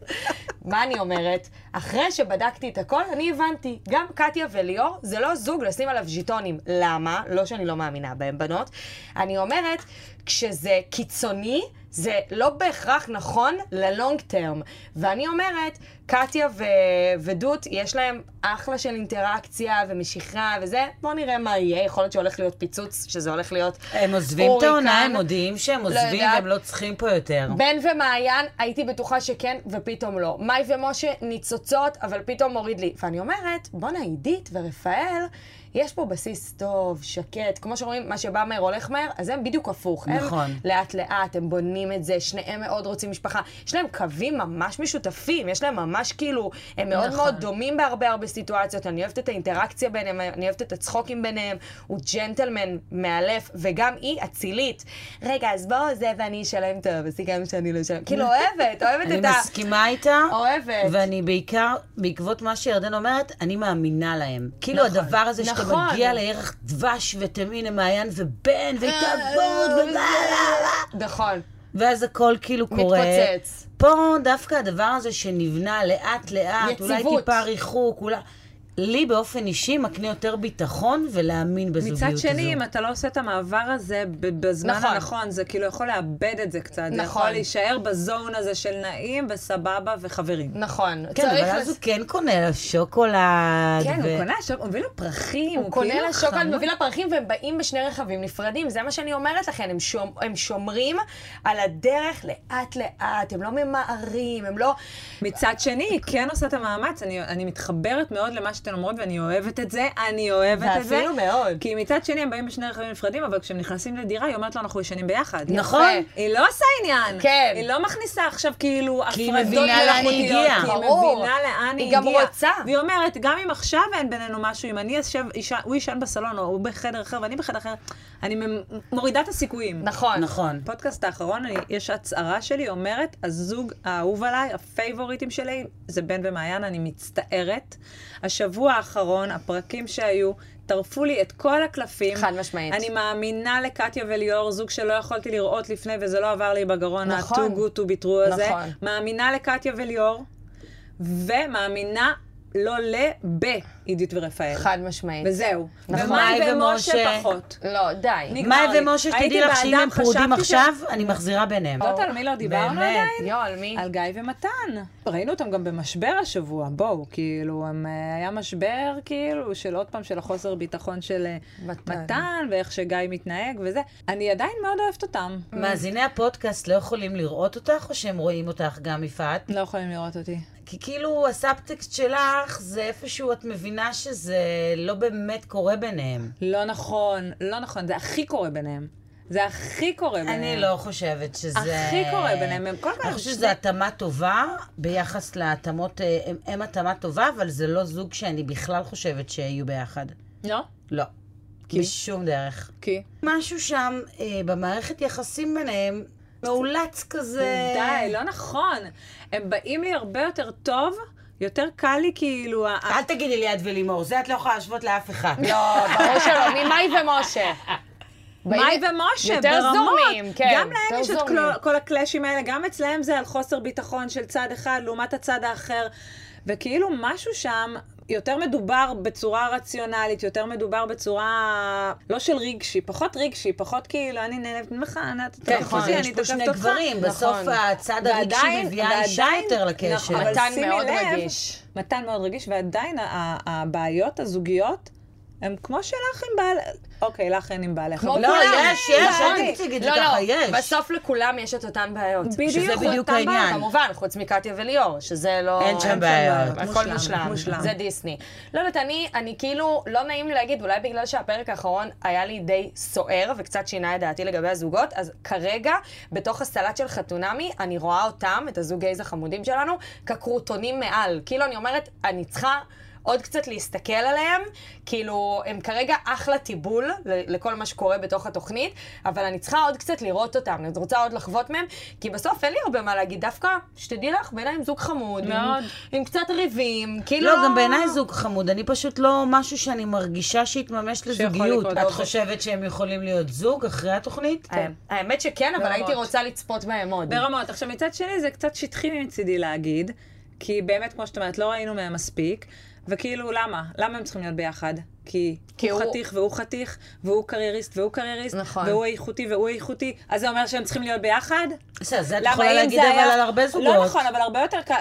Speaker 5: מה אני אומרת? אחרי שבדקתי את הכל, אני הבנתי. גם קטיה וליאור, זה לא זוג לשים עליו ז'יטונים. למה? לא שאני לא מאמינה בהם, בנות. אני אומרת, כשזה קיצוני, זה לא בהכרח נכון ללונג טרם. ואני אומרת, קטיה ו... ודות, יש להם אחלה של אינטראקציה ומשיכה וזה, בואו נראה מה יהיה, יכול להיות שהולך להיות פיצוץ, שזה הולך להיות...
Speaker 4: הם עוזבים את
Speaker 5: אוריקן.
Speaker 4: העונה, הם מודיעים שהם עוזבים,
Speaker 5: יודעת.
Speaker 4: והם לא צריכים פה יותר.
Speaker 5: בן ומעיין, הייתי בטוחה שכן, ופתאום לא. מאי ומשה ניצוצות, אבל פתאום מוריד לי. ואני אומרת, בואנה, עידית ורפאל, יש פה בסיס טוב, שקט. כמו שרואים, מה שבא מהר הולך מהר, אז הם בדיוק הפוך.
Speaker 4: נכון.
Speaker 5: הם לאט-לאט, הם בונים את זה, שניהם מאוד רוצים משפחה. יש להם קווים ממש משותפים, יש להם ממש כאילו, הם מאוד נכון. מאוד דומים בהרבה הרבה סיטואציות. אני אוהבת את האינטראקציה ביניהם, אני אוהבת את הצחוקים ביניהם. הוא ג'נטלמן מאלף, וגם היא אצילית. רגע, אז בואו זה ואני אשלם טוב, סיכמנו שאני לא אשלם. כאילו, אוהבת, אוהבת
Speaker 4: אני
Speaker 5: את ה...
Speaker 4: מסכימה איתה.
Speaker 5: אוהבת.
Speaker 4: ואני בעיקר, בעקבות מה שירדן אומרת, אני מאמינה להם. כאילו
Speaker 5: נכון,
Speaker 4: הדבר הזה שאתה
Speaker 5: נכון.
Speaker 4: מגיע לירח דבש ותמין ומעיין
Speaker 3: אה,
Speaker 4: ובן והתאבות ובלה לה לה.
Speaker 5: אה, נכון.
Speaker 4: ואז הכל כאילו קורה.
Speaker 5: מתפוצץ.
Speaker 4: פה דווקא הדבר הזה שנבנה לאט לאט, אולי
Speaker 5: יציבות.
Speaker 4: טיפה ריחוק, אולי... לי באופן אישי מקנה יותר ביטחון ולהאמין בזוגיות
Speaker 3: מצד
Speaker 4: הזו.
Speaker 3: שני, אם אתה לא עושה את המעבר הזה ב- בזמן
Speaker 5: נכון.
Speaker 3: הנכון, זה כאילו יכול לאבד את זה קצת. זה
Speaker 5: נכון.
Speaker 3: יכול להישאר בזון הזה של נעים וסבבה וחברים.
Speaker 5: נכון.
Speaker 4: כן,
Speaker 5: צריך
Speaker 4: אבל אז
Speaker 5: לס-
Speaker 4: הוא כן קונה לה שוקולד.
Speaker 3: כן,
Speaker 4: ו-
Speaker 3: הוא קונה שוקולד, הוא מביא לו פרחים,
Speaker 5: הוא קונה
Speaker 3: כאילו
Speaker 5: לה שוקולד,
Speaker 3: חמוד.
Speaker 5: מביא לה פרחים, והם באים בשני רכבים נפרדים. זה מה שאני אומרת לכם, הם, שומ, הם שומרים על הדרך לאט-לאט, הם לא ממהרים, הם לא...
Speaker 3: מצד שני, היא כן עושה את המאמץ, אני, אני מתחברת מאוד למה שאתן אומרות, ואני אוהבת את זה, אני אוהבת את זה.
Speaker 5: ואפילו מאוד.
Speaker 3: כי מצד שני, הם באים בשני רכבים נפרדים, אבל כשהם נכנסים לדירה, היא אומרת לו, אנחנו ישנים ביחד.
Speaker 4: נכון.
Speaker 3: היא לא עושה עניין.
Speaker 5: כן.
Speaker 3: היא לא מכניסה עכשיו כאילו
Speaker 4: כי היא
Speaker 3: הפרדות
Speaker 4: מבינה לאן היא
Speaker 3: מלאכותיות,
Speaker 4: הגיעה.
Speaker 3: כי
Speaker 5: ברור.
Speaker 3: היא מבינה לאן היא
Speaker 5: היא
Speaker 3: הגיעה.
Speaker 5: גם רוצה.
Speaker 3: והיא אומרת, גם אם עכשיו אין בינינו משהו, אם אני אשב, אישה- הוא יישן בסלון, או הוא בחדר אחר ואני בחדר אחר, אני ממ- מורידה את הסיכויים.
Speaker 5: נכון.
Speaker 4: נכון.
Speaker 3: בפודקאסט האחרון אני, יש הצהרה שלי אומרת, הזוג האהוב עליי, הפייבוריטים שלי, זה בן ומעיין, אני מצטערת. השבוע האחרון, הפרקים שהיו, טרפו לי את כל הקלפים.
Speaker 5: חד משמעית.
Speaker 3: אני מאמינה לקטיה וליאור, זוג שלא יכולתי לראות לפני וזה לא עבר לי בגרון,
Speaker 5: נכון.
Speaker 3: ה-too good to be true הזה.
Speaker 5: נכון.
Speaker 3: מאמינה לקטיה וליאור, ומאמינה לא ל-ב, עידית ורפאל.
Speaker 5: חד משמעית.
Speaker 3: וזהו.
Speaker 5: נכון.
Speaker 3: ומאי
Speaker 4: מאי
Speaker 3: ומשה
Speaker 4: ומשה.
Speaker 3: פחות.
Speaker 5: לא, די.
Speaker 3: אני-
Speaker 4: מאי
Speaker 3: נגמר לי.
Speaker 4: ומשה, שתדעי
Speaker 3: הייתי
Speaker 4: לך שאם
Speaker 3: באדם,
Speaker 4: הם פרודים
Speaker 3: חשבתי ש-
Speaker 4: עכשיו, אני מחזירה ביניהם.
Speaker 3: יודעת על מי לא דיברנו
Speaker 4: באמת.
Speaker 3: עדיין?
Speaker 5: יואל, מי?
Speaker 3: על גיא ומתן. ראינו אותם גם במשבר השבוע, בואו, כאילו, הם, אה, היה משבר, כאילו, של עוד פעם, של החוסר ביטחון של אה,
Speaker 4: כן.
Speaker 5: מתן.
Speaker 3: מתן, ואיך שגיא מתנהג וזה. אני עדיין מאוד אוהבת אותם.
Speaker 4: מאזיני הפודקאסט לא יכולים לראות אותך, או שהם רואים אותך גם, יפעת?
Speaker 3: לא יכולים לראות אותי.
Speaker 4: כי כאילו הסאבטקסט שלך, זה איפשהו את מבינה שזה לא באמת קורה ביניהם.
Speaker 3: לא נכון, לא נכון, זה הכי קורה ביניהם. זה הכי קורה ביניהם.
Speaker 4: אני לא חושבת שזה...
Speaker 3: הכי קורה ביניהם, הם כל כך...
Speaker 4: אני חושבת שזו התאמה טובה ביחס להתאמות, אה, הם- הם התאמה טובה, אבל זה לא זוג שאני בכלל חושבת שיהיו ביחד.
Speaker 3: לא?
Speaker 4: לא. בשום דרך.
Speaker 3: כי?
Speaker 4: משהו שם אה, במערכת יחסים ביניהם מאולץ כזה.
Speaker 3: די, לא נכון. הם באים לי הרבה יותר טוב, יותר קל לי כאילו... ה-
Speaker 4: אל תגידי לי את ולימור, זה את לא יכולה להשוות לאף אחד.
Speaker 5: לא, ברור שלא, ממאי ומשה.
Speaker 3: מאי
Speaker 5: באים-
Speaker 3: ומשה,
Speaker 5: יותר
Speaker 3: ברמות.
Speaker 5: זורמים, כן,
Speaker 3: גם להם
Speaker 5: יותר
Speaker 3: יש את
Speaker 5: זורמים.
Speaker 3: כל, כל הקלאשים האלה, גם אצלהם זה על חוסר ביטחון של צד אחד לעומת הצד האחר. וכאילו משהו שם יותר מדובר בצורה רציונלית, יותר מדובר בצורה לא של רגשי, פחות רגשי, פחות כאילו, אני נהנית ממך, אני- אתה
Speaker 5: כן,
Speaker 3: תוקף
Speaker 5: נכון,
Speaker 3: אותי,
Speaker 4: יש
Speaker 3: אני
Speaker 4: פה
Speaker 3: תוקפת
Speaker 4: שני
Speaker 3: אותך.
Speaker 4: גברים, בסוף
Speaker 5: נכון.
Speaker 4: הצד הרגשי
Speaker 3: ועדיין-
Speaker 4: מביאה אישה
Speaker 3: ועדיין-
Speaker 4: יותר לקשר.
Speaker 3: נכון, אבל
Speaker 5: מתן
Speaker 3: שימי
Speaker 5: מאוד
Speaker 3: לב-
Speaker 5: רגיש.
Speaker 3: מתן מאוד רגיש, ועדיין ה- ה- הבעיות הזוגיות הן כמו שלך עם בעל... אוקיי, לך אין עם בעלך.
Speaker 5: כמו
Speaker 3: אבל-
Speaker 4: לא,
Speaker 5: כולם.
Speaker 4: יש, יש,
Speaker 5: נכון.
Speaker 4: אל תציגי את זה
Speaker 5: לא,
Speaker 4: ככה,
Speaker 5: לא,
Speaker 4: יש.
Speaker 5: בסוף לכולם יש את אותן בעיות.
Speaker 3: בדיוק.
Speaker 4: שזה
Speaker 5: אותן
Speaker 4: בדיוק
Speaker 5: בעיות,
Speaker 4: העניין.
Speaker 5: כמובן, חוץ מקטיה וליאור, שזה לא...
Speaker 4: אין שם בעיות.
Speaker 5: הכל מושלם,
Speaker 3: מושלם.
Speaker 5: זה דיסני. לא יודעת, אני, אני כאילו, לא נעים לי להגיד, אולי בגלל שהפרק האחרון היה לי די סוער וקצת שינה את דעתי לגבי הזוגות, אז כרגע, בתוך הסלט של חתונמי, אני רואה אותם, את הזוג גייז החמודים שלנו, כקרוטונים מעל. כאילו, אני אומרת, אני צריכה... עוד קצת להסתכל עליהם, כאילו, הם כרגע אחלה טיבול ל- לכל מה שקורה בתוך התוכנית, אבל אני צריכה עוד קצת לראות אותם, אני רוצה עוד לחוות מהם, כי בסוף אין לי הרבה מה להגיד, דווקא, שתדעי לך, בעיניי זוג חמוד,
Speaker 3: מאוד.
Speaker 5: עם, עם קצת ריבים, כאילו...
Speaker 4: לא, גם בעיניי זוג חמוד, אני פשוט לא משהו שאני מרגישה שהתממש לזוגיות.
Speaker 3: לקרות,
Speaker 4: את
Speaker 3: אוקיי.
Speaker 4: חושבת שהם יכולים להיות זוג אחרי התוכנית?
Speaker 5: האמת שכן, אבל
Speaker 3: כן. ברמות.
Speaker 5: הייתי רוצה לצפות בהם עוד.
Speaker 3: ברמות. עכשיו, מצד שני זה קצת שטחי מצידי להגיד, כי באמת, כמו שאת אומרת, לא ראינו מהם מספיק, וכאילו, למה? למה הם צריכים להיות ביחד? כי,
Speaker 5: כי
Speaker 3: הוא
Speaker 5: הוא-
Speaker 3: חתיך והוא חתיך, והוא קרייריסט והוא קרייריסט,
Speaker 5: נכון.
Speaker 3: והוא איכותי והוא איכותי, אז זה אומר שהם צריכים להיות ביחד?
Speaker 4: בסדר, זה את
Speaker 3: למה
Speaker 4: יכולה
Speaker 3: אם
Speaker 4: להגיד
Speaker 3: זה
Speaker 4: אבל
Speaker 3: היה-
Speaker 4: על הרבה זוגות.
Speaker 3: לא נכון, אבל הרבה יותר קל,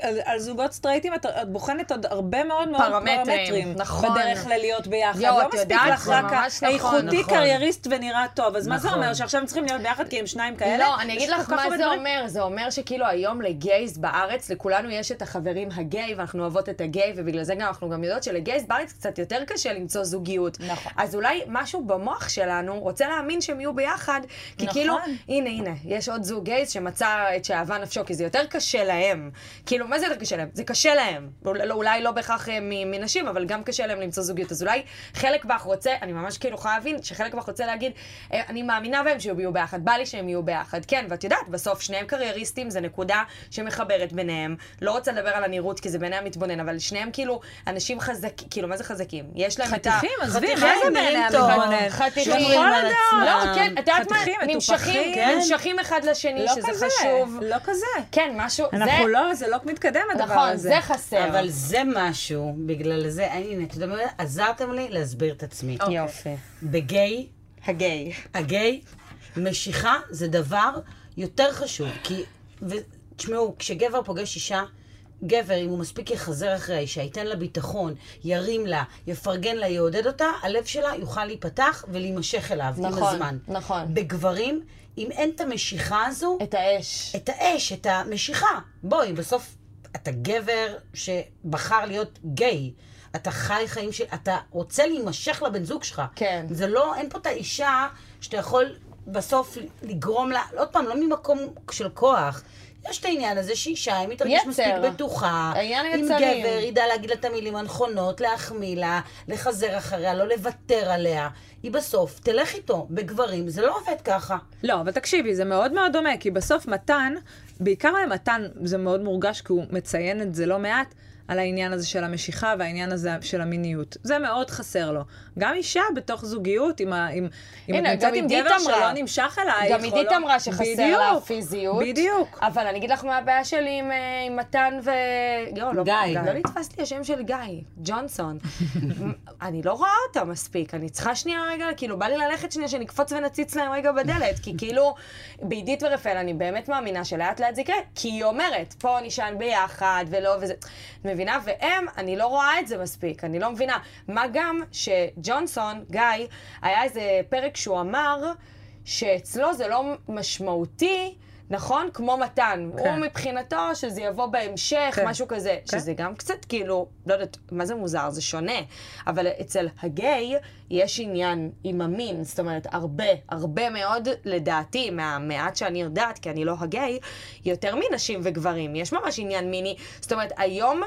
Speaker 3: על, על זוגות סטרייטים את, את בוחנת עוד הרבה מאוד מאוד
Speaker 5: פרמטרים,
Speaker 3: פרמטרים.
Speaker 5: נכון.
Speaker 3: בדרך ללהיות ביחד.
Speaker 5: יואו,
Speaker 3: לא
Speaker 5: את
Speaker 3: מספיק
Speaker 5: יודעת,
Speaker 3: לך
Speaker 5: זה
Speaker 3: רק
Speaker 5: ממש
Speaker 3: האיכותי,
Speaker 4: נכון.
Speaker 3: קרייריסט ונראה טוב. אז מה זה
Speaker 4: נכון.
Speaker 3: אומר? שעכשיו הם צריכים להיות ביחד כי הם שניים כאלה?
Speaker 5: לא, אני אגיד
Speaker 3: יש כל
Speaker 5: לך
Speaker 3: כך
Speaker 5: מה
Speaker 3: הרבה
Speaker 5: זה
Speaker 3: דברים.
Speaker 5: אומר. זה אומר שכאילו היום לגייז בארץ, לכולנו יש את החברים הגיי, ואנחנו אוהבות את הגיי, ובגלל זה גם אנחנו גם יודעות שלגייז בארץ קצת יותר קשה למצוא זוגיות.
Speaker 3: נכון.
Speaker 5: אז אולי משהו במוח שלנו רוצה להאמין שהם יהיו ביחד, כי
Speaker 3: נכון.
Speaker 5: כאילו, הנה, הנה, יש עוד זוג גייז שמצא את שאהבה נפשו, כי זה יותר קשה להם. כאילו, מה זה יותר קשה להם? זה קשה להם. אול- לא- אולי לא בהכרח אה, מ- מנשים, אבל גם קשה להם למצוא זוגיות. אז אולי חלק בך רוצה, אני ממש כאילו יכולה להבין, שחלק בך רוצה להגיד, אה, אני מאמינה בהם שהם יהיו ביחד, בא לי שהם יהיו ביחד. כן, ואת יודעת, בסוף שניהם קרייריסטים, זה נקודה שמחברת ביניהם. לא רוצה לדבר על הנראות, כי זה בעיני המתבונן, אבל שניהם כאילו אנשים חזקים, כאילו, מה זה חזקים? יש שיש להם את ה... כן,
Speaker 3: חתיכים, עזבי, מה
Speaker 5: חתיכים,
Speaker 3: זה בעיני
Speaker 4: טוב.
Speaker 3: המתבונן?
Speaker 5: חתיכים.
Speaker 3: שומרים על עצמם.
Speaker 5: לא, כן, את יודעת מה?
Speaker 3: חתיכים, מטופחים.
Speaker 5: נמשכים,
Speaker 3: כן.
Speaker 5: נמשכים אחד לשני,
Speaker 3: לא
Speaker 5: שזה
Speaker 3: כזה,
Speaker 5: חשוב.
Speaker 3: לא כזה.
Speaker 5: כן, משהו, זה...
Speaker 3: אנחנו לא, זה לא מתקדם הדבר
Speaker 5: נכון,
Speaker 3: הזה.
Speaker 5: זה חסר.
Speaker 4: אבל זה משהו, בגלל זה, אני, הנה, אתה יודע, עזרתם לי להסביר את עצמי.
Speaker 3: אוקיי.
Speaker 2: יופי.
Speaker 4: בגיי,
Speaker 2: הגיי.
Speaker 4: הגיי, משיכה זה דבר יותר חשוב, כי, ו- תשמעו, כשגבר פוגש אישה, גבר, אם הוא מספיק יחזר אחרי האישה, ייתן לה ביטחון, ירים לה, יפרגן לה, יעודד אותה, הלב שלה יוכל להיפתח ולהימשך אליו עם
Speaker 5: נכון,
Speaker 4: הזמן.
Speaker 5: נכון.
Speaker 4: בגברים, אם אין את המשיכה הזו,
Speaker 5: את האש.
Speaker 4: את האש, את המשיכה. בואי, בסוף אתה גבר שבחר להיות גיי. אתה חי חיים של... אתה רוצה להימשך לבן זוג שלך.
Speaker 5: כן.
Speaker 4: זה לא, אין פה את האישה שאתה יכול בסוף לגרום לה, עוד פעם, לא ממקום של כוח. יש את העניין הזה שאישה, אם היא תרגיש
Speaker 5: יצר.
Speaker 4: מספיק בטוחה,
Speaker 5: העניין
Speaker 4: עם
Speaker 5: יצרים.
Speaker 4: גבר, ידע להגיד לה את המילים הנכונות, להחמיא לה, לחזר אחריה, לא לוותר עליה. היא בסוף תלך איתו. בגברים זה לא עובד ככה.
Speaker 3: לא, אבל תקשיבי, זה מאוד מאוד דומה, כי בסוף מתן, בעיקר למתן זה מאוד מורגש, כי הוא מציין את זה לא מעט, על העניין הזה של המשיכה והעניין הזה של המיניות. זה מאוד חסר לו. גם אישה בתוך זוגיות, אם, ה- אם, אם
Speaker 5: הנה,
Speaker 3: את נמצאת
Speaker 5: גם
Speaker 3: עם
Speaker 5: עידית
Speaker 3: גבר
Speaker 5: אמרה.
Speaker 3: שלא נמשך אלייך,
Speaker 5: גם
Speaker 3: או
Speaker 5: עידית
Speaker 3: לא-
Speaker 5: אמרה שחסר לה
Speaker 3: בדיוק,
Speaker 5: הפיזיות.
Speaker 3: בדיוק.
Speaker 5: אבל אני אגיד לך מה הבעיה שלי עם, אה, עם מתן ו... לא, לא,
Speaker 4: גיא.
Speaker 5: לא נתפס לי השם של גיא, ג'ונסון. [LAUGHS] מ- אני לא רואה אותה מספיק, אני צריכה שנייה רגע, כאילו, בא לי ללכת שנייה, שנקפוץ ונציץ להם רגע בדלת, כי כאילו, בעידית ורפאל, אני באמת מאמינה שלאט לאט זה יקרה, כי היא אומרת, פה נישן ביחד, ולא וזה... את מבינה? והם, אני לא רואה את זה מספיק, אני לא מבינה. מה גם שג'ונסון, גיא, היה איזה פרק שהוא אמר, שאצלו זה לא משמעותי, נכון? כמו מתן. כן. הוא מבחינתו שזה יבוא בהמשך, כן.
Speaker 3: כן.
Speaker 5: משהו כזה. כן. שזה גם קצת כאילו, לא יודעת, מה זה מוזר? זה שונה. אבל אצל הגיי יש עניין עם המין, זאת אומרת, הרבה, הרבה מאוד, לדעתי, מהמעט שאני יודעת, כי אני לא הגיי, יותר מנשים וגברים. יש ממש עניין מיני. זאת אומרת, היום...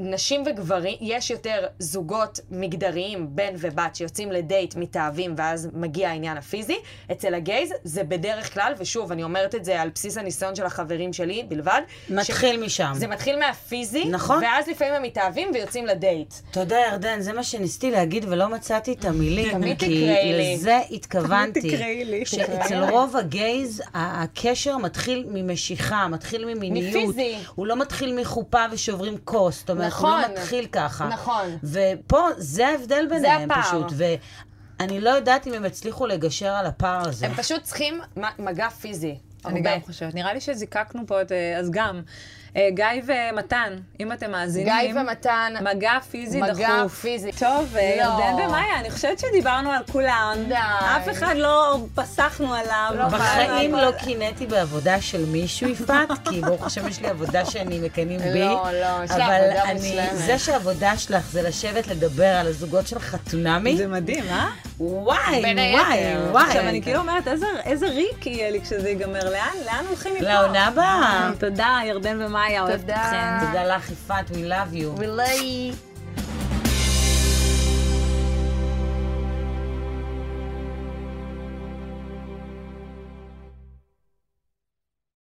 Speaker 5: נשים וגברים, יש יותר זוגות מגדריים, בן ובת, שיוצאים לדייט, מתאהבים, ואז מגיע העניין הפיזי. אצל הגייז זה בדרך כלל, ושוב, אני אומרת את זה על בסיס הניסיון של החברים שלי בלבד.
Speaker 4: מתחיל משם.
Speaker 5: זה מתחיל מהפיזי,
Speaker 4: נכון.
Speaker 5: ואז לפעמים הם מתאהבים ויוצאים לדייט.
Speaker 4: תודה, ירדן, זה מה שניסיתי להגיד ולא מצאתי את המילים.
Speaker 5: תמיד
Speaker 4: כי
Speaker 5: תקראי לי.
Speaker 4: לזה התכוונתי.
Speaker 3: תמיד תקראי לי.
Speaker 4: שאצל רוב הגייז, ה- הקשר מתחיל ממשיכה, מתחיל ממיניות.
Speaker 5: מפיזי.
Speaker 4: הוא לא מתחיל מחופה ושוברים כוס. זאת אומרת, הוא
Speaker 5: נכון.
Speaker 4: לא מתחיל ככה.
Speaker 5: נכון.
Speaker 4: ופה, זה ההבדל ביניהם
Speaker 5: הפער.
Speaker 4: פשוט. ואני לא יודעת אם הם הצליחו לגשר על הפער הזה.
Speaker 5: הם פשוט צריכים מ- מגע פיזי.
Speaker 3: אני
Speaker 5: הרבה.
Speaker 3: גם חושבת. נראה לי שזיקקנו פה את... אה, אז גם. אה, גיא ומתן, אם אתם מאזינים.
Speaker 5: גיא ומתן,
Speaker 3: מגע פיזי
Speaker 5: מגע
Speaker 3: דחוף.
Speaker 5: פיזי.
Speaker 3: טוב, אה,
Speaker 5: לא.
Speaker 3: ירדן ומאיה, אני חושבת שדיברנו על כולן.
Speaker 5: די.
Speaker 3: אף אחד לא פסחנו עליו.
Speaker 5: לא
Speaker 4: בחיים
Speaker 3: אבל-
Speaker 4: לא קינאתי בעבודה של מישהו, יפעת, [LAUGHS] כי ברוך השם יש לי עבודה שאני מקנאים בי.
Speaker 5: לא, לא, יש לה
Speaker 4: אבל
Speaker 5: עבודה
Speaker 4: אני-
Speaker 5: מושלמת.
Speaker 4: זה שהעבודה שלך זה לשבת לדבר על הזוגות של חתונמי,
Speaker 3: זה מדהים, אה?
Speaker 4: וואי,
Speaker 5: בין
Speaker 4: וואי,
Speaker 5: היתר.
Speaker 4: וואי.
Speaker 3: עכשיו, אני כאילו אומרת, איזה- איזה ריק יהיה לי כשזה ייגמר. לאן? לאן הולכים מפה?
Speaker 4: לעונה הבאה.
Speaker 3: תודה, ירדן ומאיה, אוהבת
Speaker 5: לא. תודה.
Speaker 3: אתכם.
Speaker 4: תודה לך, יפעת, we love you.
Speaker 5: We like.